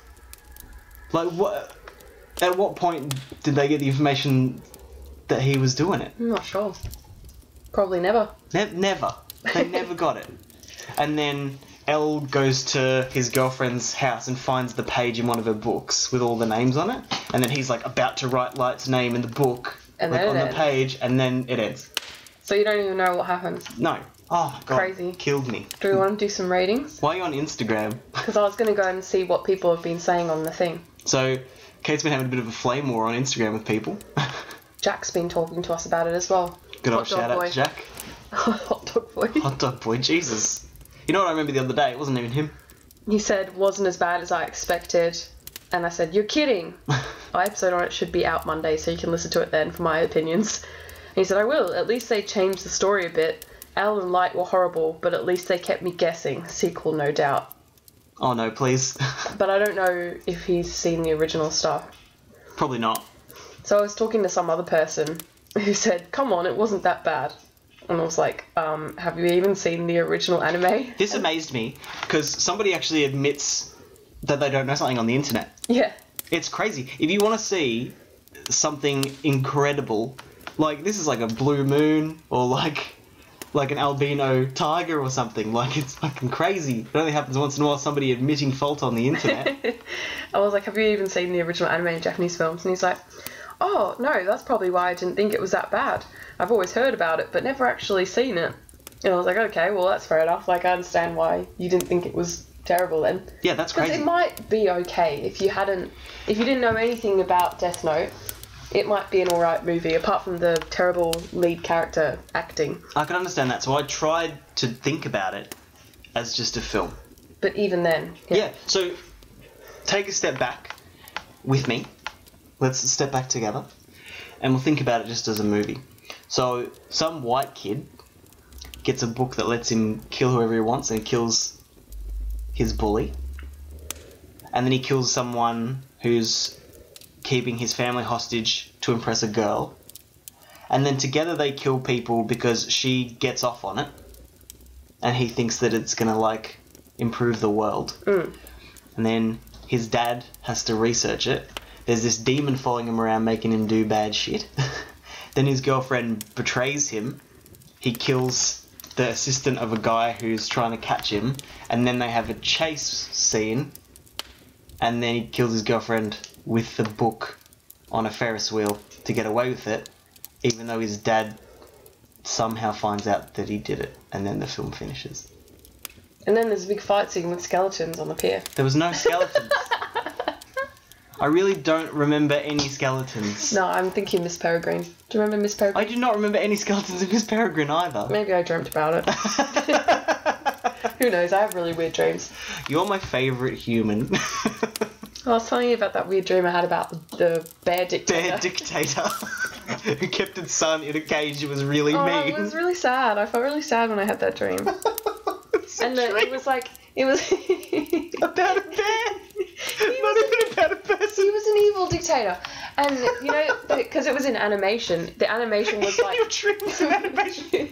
S2: Like what? At what point did they get the information that he was doing it?
S3: I'm not sure. Probably never.
S2: Ne- never. They never got it. And then L goes to his girlfriend's house and finds the page in one of her books with all the names on it. And then he's like about to write Light's name in the book,
S3: And
S2: like
S3: then
S2: on
S3: it
S2: the
S3: ends.
S2: page, and then it ends.
S3: So you don't even know what happens.
S2: No. Oh my god.
S3: Crazy.
S2: Killed me.
S3: Do we want to do some ratings?
S2: Why are you on Instagram?
S3: Because I was going to go and see what people have been saying on the thing.
S2: So Kate's been having a bit of a flame war on Instagram with people. (laughs)
S3: Jack's been talking to us about it as well. (laughs)
S2: Good old
S3: Hot dog
S2: shout out
S3: boy.
S2: to Jack.
S3: Hot dog boy.
S2: Hot dog boy, Jesus. You know what I remember the other day? It wasn't even him.
S3: He said wasn't as bad as I expected, and I said you're kidding. Our episode on it should be out Monday, so you can listen to it then for my opinions. And he said I will. At least they changed the story a bit. Al and Light were horrible, but at least they kept me guessing. Sequel, no doubt.
S2: Oh no, please. (laughs)
S3: But I don't know if he's seen the original stuff.
S2: Probably not.
S3: So I was talking to some other person who said, "Come on, it wasn't that bad." And I was like, um, "Have you even seen the original anime?" (laughs)
S2: This amazed me because somebody actually admits that they don't know something on the internet.
S3: Yeah,
S2: It's crazy. If you want to see something incredible, like this is like a blue moon or like like an albino tiger or something. Like it's fucking crazy. It only happens once in a while. Somebody admitting fault on the internet.
S3: I was like, "Have you even seen the original anime and Japanese films?" And he's like, "Oh no, that's probably why I didn't think it was that bad. I've always heard about it, but never actually seen it." And I was like, "Okay, well that's fair enough. Like I understand why you didn't think it was terrible then."
S2: yeah, that's
S3: Because
S2: crazy.
S3: it might be okay if you hadn't, if you didn't know anything about Death Note, it might be an alright movie apart from the terrible lead character acting.
S2: I can understand that. So I tried to think about it as just a film.
S3: But even then, yeah.
S2: yeah so take a step back with me let's step back together and we'll think about it just as a movie so some white kid gets a book that lets him kill whoever he wants and kills his bully. And then he kills someone who's keeping his family hostage to impress a girl. And then together they kill people because she gets off on it. And he thinks that it's going to, like, improve the world. And then his dad has to research it. There's this demon following him around, making him do bad shit. (laughs) then his girlfriend betrays him. He kills the assistant of a guy who's trying to catch him. And then they have a chase scene. And then he kills his girlfriend with the book on a Ferris wheel to get away with it, even though his dad somehow finds out that he did it. And then the film finishes.
S3: And then there's a big fight scene with skeletons on the pier.
S2: There was no skeletons. I really don't remember any skeletons.
S3: No, I'm thinking Miss Peregrine. Do you remember Miss Peregrine?
S2: I do not remember any skeletons in Miss Peregrine either. (laughs)
S3: Maybe I dreamt about it. Who knows? I have really weird dreams.
S2: You're my favourite human. (laughs)
S3: I was telling you about that weird dream I had about the, the bear dictator.
S2: Their dictator (laughs) who kept his son in a cage It was really
S3: oh,
S2: mean. (laughs)
S3: it was really sad. I felt really sad when I had that dream.
S2: It's a
S3: and the, it
S2: dream
S3: was like it was. (laughs) he
S2: about a bear. Not even about a person.
S3: was an evil dictator, and you know because it was in animation. The animation was
S2: (laughs)
S3: like
S2: Your dreams and animation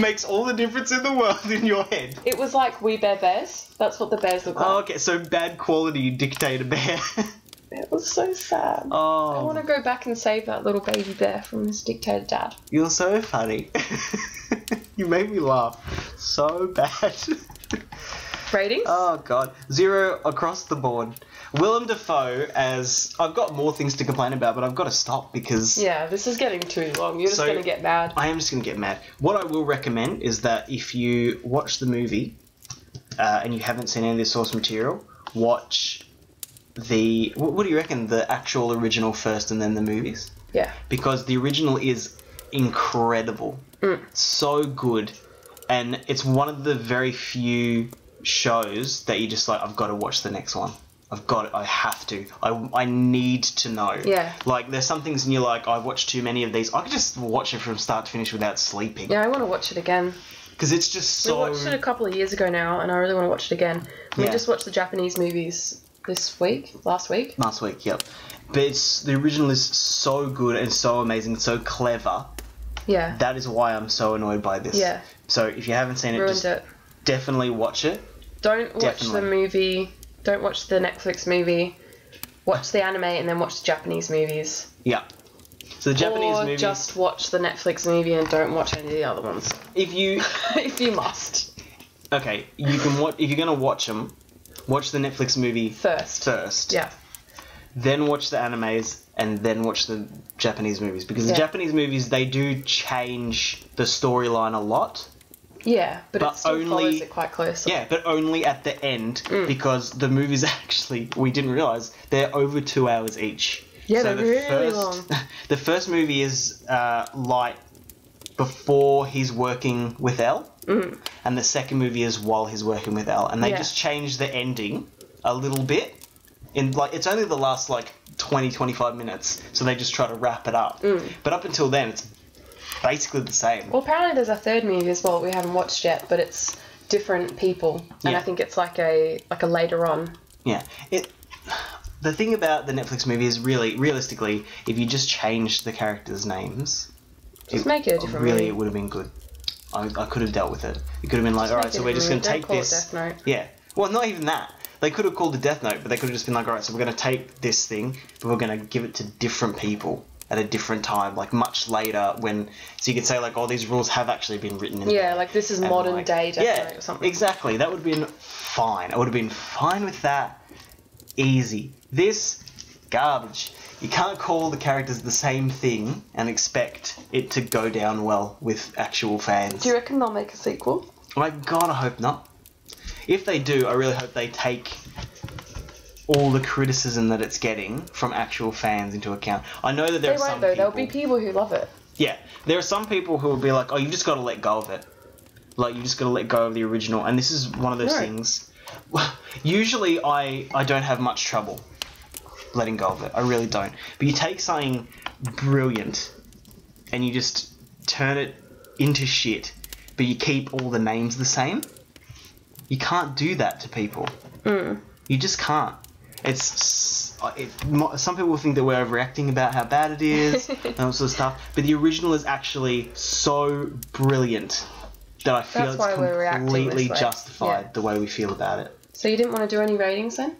S2: makes all the difference in the world in your head.
S3: it was like we bear bears. That's what the bears look like.
S2: Oh, okay, so bad quality dictator bear. (laughs)
S3: It was so sad. I want
S2: oh,
S3: to go back and save that little baby bear from his dictator dad.
S2: you're so funny. (laughs) you made me laugh so bad.
S3: Ratings?
S2: (laughs) Oh god, zero across the board. Willem Dafoe as I've got more things to complain about, but I've got to stop because
S3: yeah, this is getting too long. You're just
S2: So-
S3: gonna get mad.
S2: I am just gonna get mad. What I will recommend is that if you watch the movie uh, and you haven't seen any of the source material, watch the what, what do you reckon the actual original first and then the movies
S3: Yeah.
S2: because the original is incredible,
S3: Mm.
S2: so good, and it's one of the very few shows that you just like. I've got to watch the next one. I've got. It. I have to. I, I need to know.
S3: Yeah.
S2: Like there's some things and you're like, I've watched too many of these. I could just watch it from start to finish without sleeping.
S3: Yeah, I want to watch it again.
S2: Because it's just
S3: we
S2: so.
S3: watched it a couple of years ago now, and I really want to watch it again. We
S2: Yeah.
S3: just watched the Japanese movies this week, last week.
S2: last week. Yep. But it's the original is so good and so amazing, so clever.
S3: Yeah.
S2: That is why I'm so annoyed by this.
S3: Yeah.
S2: So if you haven't seen it,
S3: Ruined
S2: just
S3: it.
S2: definitely watch it.
S3: Don't watch
S2: Definitely.
S3: the movie. Don't watch the Netflix movie. Watch the anime and then watch the Japanese movies.
S2: Yeah. So the Japanese
S3: or
S2: movies.
S3: just watch the Netflix movie and don't watch any of the other ones. (laughs)
S2: If you
S3: if you must.
S2: okay, you can watch. If you're gonna watch them, watch the Netflix movie
S3: First.
S2: first.
S3: Yeah.
S2: Then watch the animes, and then watch the Japanese movies because the
S3: Yeah.
S2: Japanese movies they do change the storyline a lot.
S3: Yeah, but,
S2: But
S3: it still
S2: only-
S3: follows it quite closely.
S2: Yeah, but only at the end
S3: Mm.
S2: because the movies (laughs) actually we didn't realize they're over two hours each.
S3: Yeah,
S2: so
S3: they're
S2: the
S3: really
S2: first,
S3: long.
S2: (laughs) The first movie is uh, light before he's working with Elle, and the second movie is while he's working with Elle, and they
S3: Mm. Yeah.
S2: just change the ending a little bit. In like it's only the last like 20 25 minutes, so they just try to wrap it up.
S3: Mm.
S2: But up until then, it's basically the same.
S3: Well, apparently there's a third movie as well we haven't watched yet, but it's different people, and
S2: Yeah.
S3: I think it's like a like a later on.
S2: Yeah. It the thing about the Netflix movie is really realistically, if you just changed the characters' names,
S3: Just make it a different
S2: really
S3: movie.
S2: it would have been good. I, I could have dealt with it. It could have been like, all right,
S3: make
S2: so
S3: it
S2: we're just going to
S3: different. Don't
S2: take
S3: call it
S2: this.
S3: Death Note.
S2: Yeah. Well, not even that. They could have called it Death Note, but they could have just been like, all right, so we're going to take this thing, but we're going to give it to different people at a different time, like much later when. So you could say like, oh, these rules have actually been written in.
S3: Yeah, like this is
S2: And,
S3: modern
S2: like-
S3: day Death
S2: yeah,
S3: Note or something.
S2: Exactly. That would have been fine. I would have been fine with that. Easy. This garbage. You can't call the characters the same thing and expect it to go down well with actual fans.
S3: Do you reckon they'll make a sequel?
S2: My God, I hope not. If they do, I really hope they take all the criticism that it's getting from actual fans into account. I know that there
S3: they
S2: are some
S3: won't though.
S2: people.
S3: There'll be people who love it.
S2: Yeah, there are some people who will be like, "Oh, you've just got to let go of it. Like, you've just got to let go of the original." And this is one of those
S3: No.
S2: things. (laughs) Usually, I I don't have much trouble letting go of it. I really don't. But you take something brilliant, and you just turn it into shit, but you keep all the names the same. You can't do that to people.
S3: Mm.
S2: You just can't. It's s- uh, it, mo- some people think that we're overreacting about how bad it
S3: (laughs)
S2: is and all sort of stuff, but the original is actually so brilliant that I feel
S3: That's
S2: it's
S3: why we're reacting this
S2: completely
S3: way.
S2: justified
S3: Yeah.
S2: the way we feel about it.
S3: So you didn't want to do any ratings then?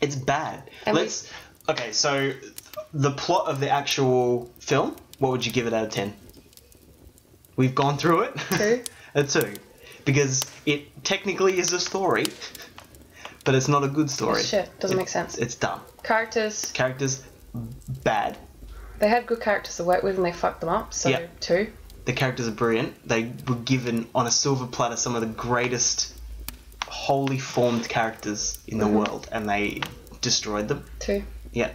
S2: It's bad.
S3: And we-
S2: Let's okay. So the plot of the actual film. What would you give it out of ten? We've gone through it.
S3: Two.
S2: (laughs) a two, because it technically is a story, but it's not a good story.
S3: Shit, doesn't
S2: It-
S3: make sense.
S2: It's dumb.
S3: Characters,
S2: Characters bad.
S3: they had good characters to work with and they fucked them up, so
S2: Yeah.
S3: two.
S2: The characters are brilliant. They were given on a silver platter some of the greatest wholly formed characters in the
S3: Mm-hmm.
S2: world, and they destroyed them.
S3: Two.
S2: Yeah.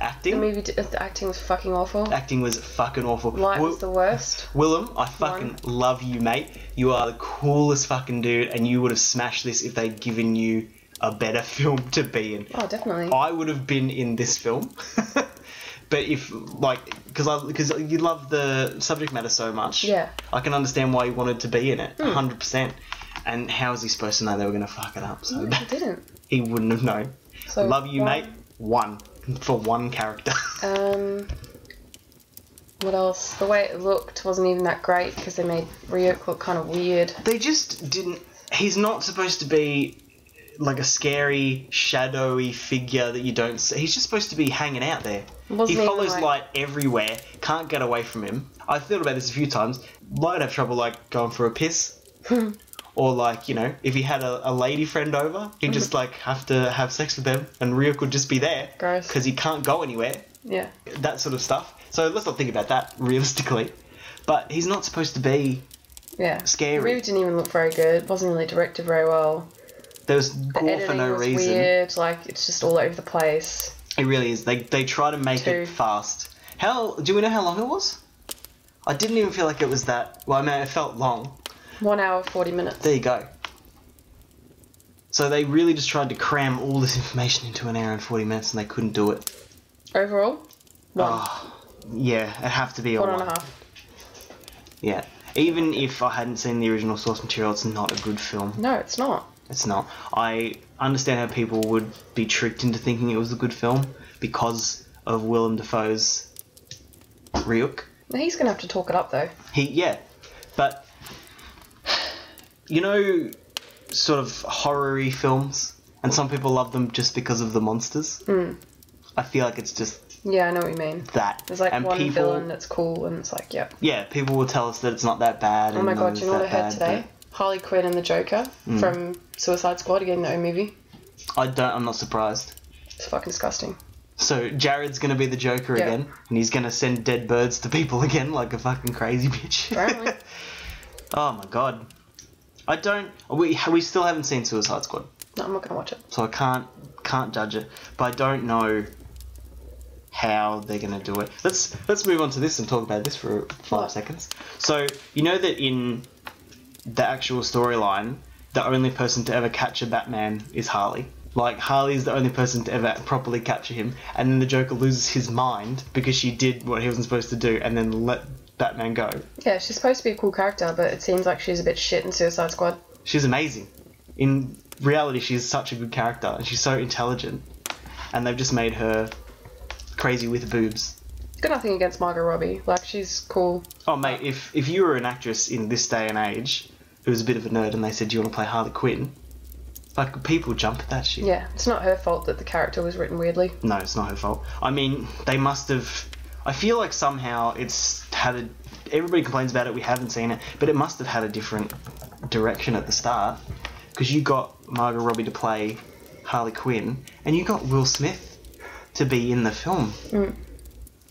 S2: Acting.
S3: The movie, d- the acting was fucking awful.
S2: acting was fucking awful.
S3: Light
S2: Wi-
S3: was the worst.
S2: Willem, I fucking love you, mate. You are the coolest fucking dude, and you would have smashed this if they'd given you a better (laughs) film to be in.
S3: Oh, definitely.
S2: I would have been in this film. (laughs) but if like because I because you love the subject matter so much,
S3: Yeah. Hmm.
S2: I can understand why you wanted to be in it, hundred percent. And how is he supposed to know they were gonna fuck it up? So (laughs)
S3: I didn't.
S2: he wouldn't have known.
S3: So
S2: love you,
S3: one.
S2: mate. One for one character. (laughs)
S3: Um, what else? The way it looked wasn't even that great because they made Ryuk look kind of weird.
S2: they just didn't he's not supposed to be like a scary shadowy figure that you don't see he's just supposed to be hanging out there
S3: Wasn't
S2: he
S3: even,
S2: follows
S3: like-
S2: light everywhere can't get away from him i've thought about this a few times light would have trouble like going for a
S3: (laughs)
S2: piss or like you know if he had a, a lady friend over he'd
S3: Mhm.
S2: just like have to have sex with them and Ryuk could just be there
S3: Gross.
S2: because he can't go anywhere
S3: Yeah.
S2: that sort of stuff so let's not think about that realistically but he's not supposed to be
S3: Yeah.
S2: Scary.
S3: Ryuk didn't even look very good. Wasn't really directed very well.
S2: there was
S3: The
S2: gore for
S3: editing
S2: no
S3: was
S2: reason
S3: weird. Like it's just all over the place.
S2: It really is. They they try to make
S3: Two.
S2: it fast. How do we know how long it was? I didn't even feel like it was that. Well, I mean, it felt long.
S3: One hour forty minutes.
S2: There you go. So they really just tried to cram all this (laughs) information into an hour and forty minutes, and they couldn't do it.
S3: Overall, one.
S2: Oh, yeah, it'd have to be a
S3: One
S2: one.
S3: and a half.
S2: Yeah. Even if I hadn't seen the original source material, it's not a good film.
S3: No, it's not.
S2: It's not. I understand how people would be tricked into thinking it was a good film because of Willem Dafoe's Ryuk.
S3: He's gonna have to talk it up though.
S2: He yeah, but you know, sort of horror-y films, and some people love them just because of the monsters.
S3: Hmm.
S2: I feel like it's just
S3: Yeah, I know what you mean.
S2: that.
S3: There's like
S2: and
S3: one
S2: people,
S3: villain that's cool, and it's like, yep.
S2: Yeah, people will tell us that it's not that bad.
S3: Oh
S2: and
S3: my
S2: none
S3: god,
S2: of
S3: do you
S2: it's
S3: know what I
S2: that
S3: heard
S2: bad, Hmm.
S3: today? Harley Quinn and the Joker from Suicide Squad again, that movie.
S2: but I don't. I'm not surprised.
S3: It's fucking
S2: (laughs)
S3: disgusting.
S2: So Jared's gonna be the Joker
S3: Yeah.
S2: again, and he's gonna send dead birds to people (laughs) again like a fucking crazy bitch.
S3: Apparently.
S2: (laughs) oh my god. I don't. We we still haven't seen Suicide Squad.
S3: no, I'm not gonna watch it.
S2: so I can't can't judge it. But I don't know how they're gonna do it. Let's let's move on to this and talk about this for five seconds. So you know that in the actual storyline, the only person to ever capture Batman is Harley. Like Harley's the only person to ever properly capture him, and then the Joker loses his mind because she did what he wasn't supposed to do, and then let Batman go.
S3: Yeah, she's supposed to be a cool character, but it seems like she's a bit shit in Suicide Squad.
S2: she's amazing. In reality, she's such a good character, and she's so intelligent. And they've just made her crazy with boobs.
S3: Got nothing against Margot Robbie. Like she's cool.
S2: Oh mate, if if you were an actress in this day and age, who was a bit of a nerd, and they said, "Do you want to play Harley Quinn?" Like people jump at that shit.
S3: Yeah, it's not her fault that the character was written weirdly.
S2: No, it's not her fault. I mean, they must have. I feel like somehow it's had a. Everybody complains about it. We haven't seen it, but it must have had a different direction at the start, because you got Margot Robbie to play Harley Quinn, and you got Will Smith to be in the film.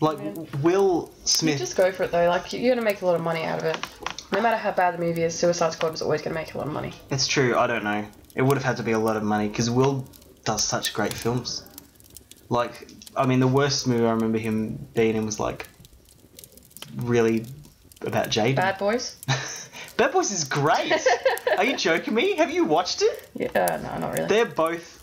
S2: Like Will
S3: You
S2: Smith.
S3: just go for it though. Like you're gonna make a lot of money out of it. No matter how bad the movie is, Suicide Squad is always gonna make a lot of money.
S2: It's true. I don't know. It would have had to be a lot of money because Will does such great films. Like, I mean, the worst movie I remember him being in was like really about Jaden.
S3: Bad Boys?
S2: (laughs) Bad Boys is great. Are you joking me? Have you watched it?
S3: Yeah, uh, no, not really.
S2: They're both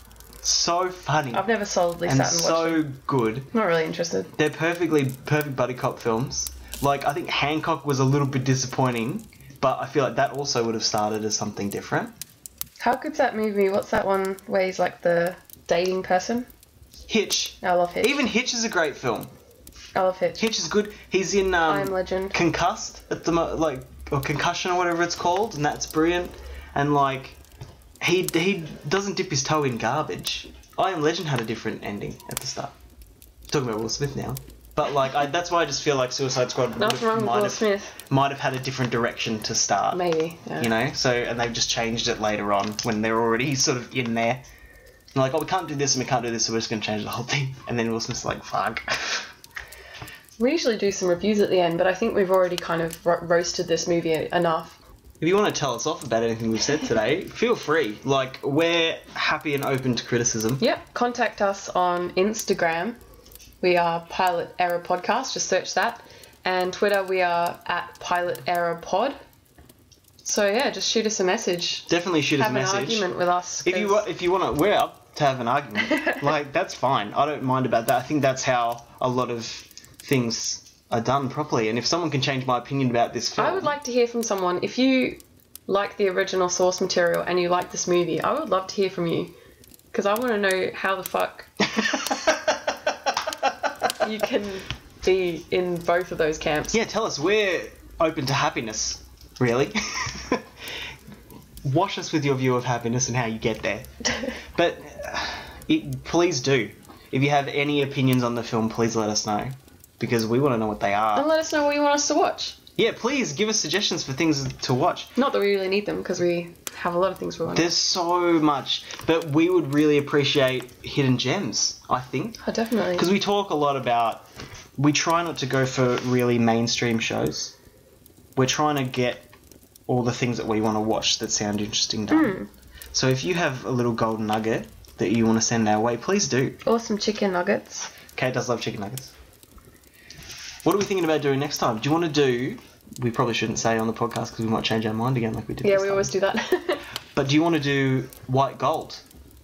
S2: so funny
S3: I've never solidly
S2: and
S3: sat and watched. it.
S2: so good.
S3: I'm not really interested.
S2: They're perfectly perfect buddy cop films. Like, I think Hancock was a little bit disappointing But I feel like that also would have started as something different.
S3: How good's that movie? What's that one where he's like the dating person?
S2: Hitch.
S3: I love Hitch.
S2: Even Hitch is a great film.
S3: I love Hitch.
S2: Hitch is good. He's in
S3: I Am
S2: um,
S3: Legend.
S2: Concussed at the mo- like or concussion or whatever it's called, and that's brilliant. And like he he doesn't dip his toe in garbage. I Am Legend had a different ending at the start. Talking about Will Smith now, but like I, that's why I just feel like Suicide Squad would
S3: Nothing wrong with
S2: might
S3: Will
S2: have
S3: Smith.
S2: might have had a different direction to start.
S3: Maybe. Yeah.
S2: You know, so and they've just changed it later on when they're already sort of in there. And like, oh, we can't do this and we can't do this, so we're just gonna change the whole thing. And then Will Smith's like, fuck.
S3: We usually do some reviews at the end, but I think we've already kind of ro- roasted this movie enough.
S2: If you want to tell us off about anything we've said
S3: (laughs)
S2: today, feel free. Like, we're happy and open to criticism.
S3: Yep. Contact us on Instagram. We are Pilot Error Podcast. Just search that. And Twitter, we are at Pilot Error Pod. So yeah, just shoot us a message.
S2: Definitely shoot us
S3: Have
S2: a
S3: an
S2: message.
S3: argument with us.
S2: If you
S3: 'cause-
S2: wa- if you want to, we're up to have an
S3: (laughs)
S2: argument. like, that's fine. I don't mind about that. I think that's how a lot of things are done properly. And if someone can change my opinion about this film,
S3: I would like to hear from someone. If you like the original source material and you like this movie, I would love to hear from you. Because I want to know how the fuck
S2: (laughs)
S3: you can be in both of those camps.
S2: yeah, tell us. We're open to happiness, really. (laughs) Wash us with your view of happiness and how you get there. But uh, it, please do. If you have any opinions on the film, please let us know. Because we want to know what they
S3: And
S2: are.
S3: let us know what you want us to watch.
S2: Yeah, please give us suggestions for things to watch.
S3: Not that we really need them, because we have a lot of things we want. to
S2: There's so much. But we would really appreciate hidden gems, I think.
S3: oh, definitely.
S2: Because we talk a lot about. We try not to go for really mainstream shows. We're trying to get all the things that we want to watch that sound interesting done.
S3: Hmm.
S2: So if you have a little golden nugget that you want to send our way, please do.
S3: Or some chicken nuggets.
S2: Kate does love chicken nuggets. What are we thinking about doing next time? Do you want to do? We probably shouldn't say on the podcast because we might change our mind again, like we did.
S3: Yeah,
S2: this
S3: we
S2: time.
S3: always do that. (laughs)
S2: But do you want to do white gold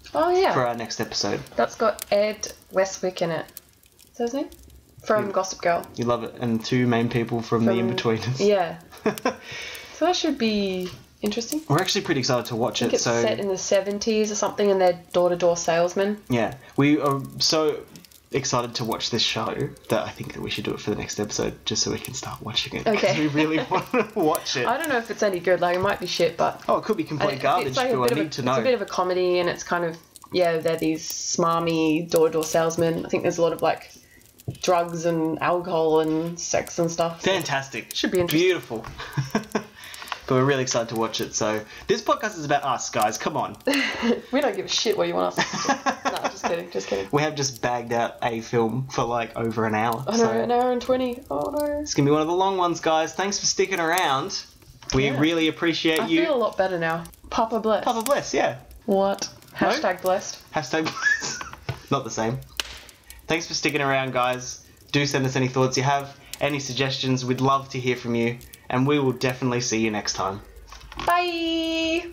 S3: oh,
S2: for uh,
S3: yeah.
S2: our next episode?
S3: That's got Ed Westwick in it. Is that his name? From Gossip Girl.
S2: You love it, and two main people from, the
S3: From-
S2: in betweeners. (laughs)
S3: Yeah. so that should be interesting.
S2: We're actually pretty excited to watch
S3: I think
S2: it.
S3: it's
S2: So
S3: set in the 70s or something, and they're door to door salesmen.
S2: yeah, we are so excited to watch this show that I think that we should do it for the next episode just so we can start watching it. 'cause
S3: Okay.
S2: we really
S3: (laughs)
S2: want to watch it.
S3: I don't know if it's any good, like, it might be shit, but.
S2: Oh, it could be complete garbage,
S3: it's like a
S2: but
S3: bit
S2: I
S3: of a,
S2: need to know.
S3: It's a bit of a comedy, and it's kind of, yeah, they're these smarmy door to door salesmen. I think there's a lot of, like, drugs and alcohol and sex and stuff.
S2: Fantastic.
S3: Should be interesting.
S2: Beautiful. (laughs) but we're really excited to watch it. So this podcast is about us, guys. Come
S3: (laughs)
S2: on.
S3: We don't give a shit what you want us to
S2: (laughs)
S3: do. No, just kidding, just kidding.
S2: We have just bagged out a film for like over an hour.
S3: Oh no,
S2: so
S3: an hour and 20. Oh no.
S2: it's gonna be one of the long ones, guys. Thanks for sticking around. We
S3: Yeah.
S2: really appreciate
S3: I
S2: you.
S3: feel a lot better now. Papa blessed.
S2: Papa bless, yeah.
S3: What?
S2: No?
S3: Hashtag blessed.
S2: Hashtag bless. (laughs) Not the same. Thanks for sticking around, guys. Do send us any thoughts you have, any suggestions. We'd love to hear from you, and we will definitely see you next time.
S3: Bye!